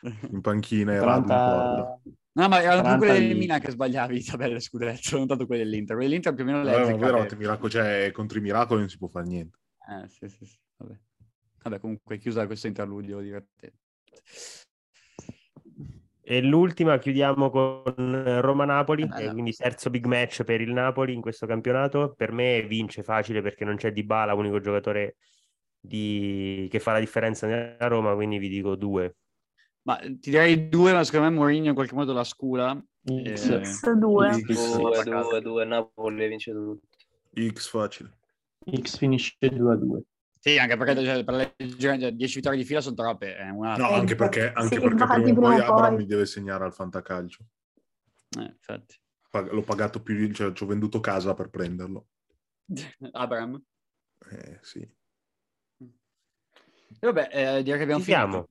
E: eh, in panchina e Radu in porta.
D: Atalanta...
B: No, ma erano più
D: Atalanta
B: quelle del
D: lì.
B: Milan che sbagliavi le tabelle scudetto, non tanto quelle dell'Inter. Quelle dell'Inter più o meno le
E: Allora, ma voi
B: azzeccate.
E: eravate miracoli, cioè contro i miracoli non si può fare niente.
B: Eh, sì, sì, sì, Vabbè. Vabbè, comunque chiusa questo interludio divertente.
C: E l'ultima chiudiamo con Roma-Napoli,
B: Eh, bella.
C: e quindi terzo big match per il Napoli in questo campionato. Per me vince facile perché non c'è Dybala, unico giocatore di- che fa la differenza nella Roma, quindi vi dico due.
B: Ma eh, ti direi due, ma secondo me Mourinho in ququalche modo la scula.
D: X.
B: Eh,
G: X2.
D: Sì, sì.
A: Due, due, due, Napoli vince tutto.
E: X facile.
D: X finisce 2 a 2.
B: Sì, anche perché cioè, per leggere cioè, 10 vittorie di fila sono troppe. È una...
E: No,
G: Eh,
E: anche perché,
G: infatti-
E: anche
G: sì,
E: perché
G: infatti,
E: prima o poi
G: prima o
E: Abram
G: poi.
E: mi deve segnare al fantacalcio.
B: Eh, infatti.
E: Pag- L'ho pagato più, di- cioè ci ho venduto casa per prenderlo.
B: Abram.
E: Eh, sì.
B: E vabbè, eh, direi che abbiamo
C: Ci siamo,
B: finito.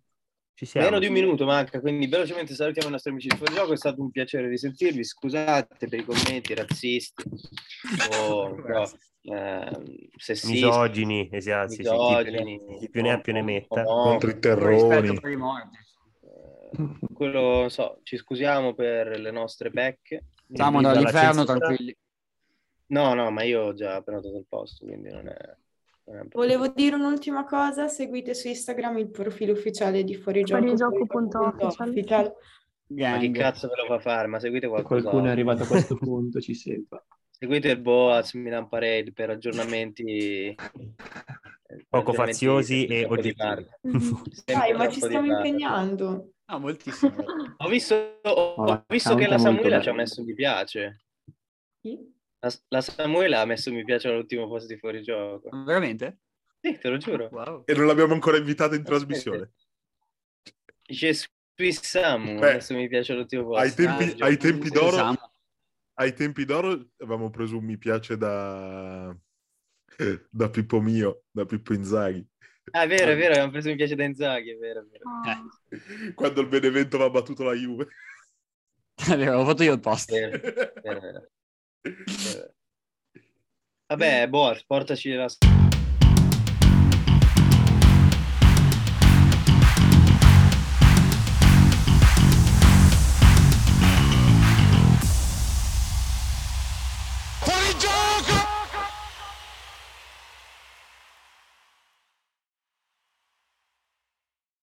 C: ci siamo.
A: Meno di un minuto manca, quindi velocemente salutiamo i nostri amici di Fuorigioco, è stato un piacere risentirvi, scusate per i commenti razzisti
C: Oh,
A: o no, ehm, sessisti,
C: Misogini, esatto, sì, sì, chi più ne-
A: misogini,
C: chi più ne ha più ne metta.
E: Contro i terroni.
B: Rispetto per i morti.
A: Eh, quello non so, ci scusiamo per le nostre becche.
B: Siamo
C: Viva la
B: dall'inferno,
C: censura.
B: tranquilli.
A: No, no, ma io ho già prenotato il posto, quindi non è... non è un problema.
F: Volevo dire un'ultima cosa, seguite su Instagram il profilo ufficiale di Fuorigioco.
G: Fuorigioco.official.
F: Fuorigioco.official.
A: Ma che
B: Gang.
A: cazzo ve lo fa fare? Ma seguite
D: Se
A: qualcosa.
D: qualcuno è arrivato a questo punto, ci segua.
A: Seguite il Boaz Milan Parade per aggiornamenti
C: Poco faziosi e
A: oggettivi.
C: oggettivi.
F: Dai, ma
A: troppo
F: ci stiamo
A: di parte.
F: impegnando.
B: No, moltissimo.
A: Ho visto, ho- ho
D: Oh,
A: visto che la
D: account è molto
A: Samuela
D: bello.
A: ci ha messo mi piace.
F: Sì?
A: La, la Samuela ha messo mi piace all'ultimo posto di fuori gioco.
B: Veramente?
A: Sì, te lo giuro.
B: Wow.
E: E non l'abbiamo ancora invitato in trasmissione.
A: Je suis Samu,
E: Beh,
A: adesso mi piace all'ultimo posto.
E: Ai tempi,
A: Fuorigioco.
E: ai tempi d'oro,
B: Esamo.
E: ai tempi d'oro avevamo preso un mi piace da, da Pippo mio, da Pippo Inzaghi.
A: Ah, è vero, è vero, abbiamo preso mi piace da Inzaghi, è vero, è vero.
G: Ah.
E: Quando il Benevento aveva battuto la Juve.
B: È vero, ho fatto io il post.
A: È vero, eh. è vero, è vero. Vabbè, Boaz, portaci la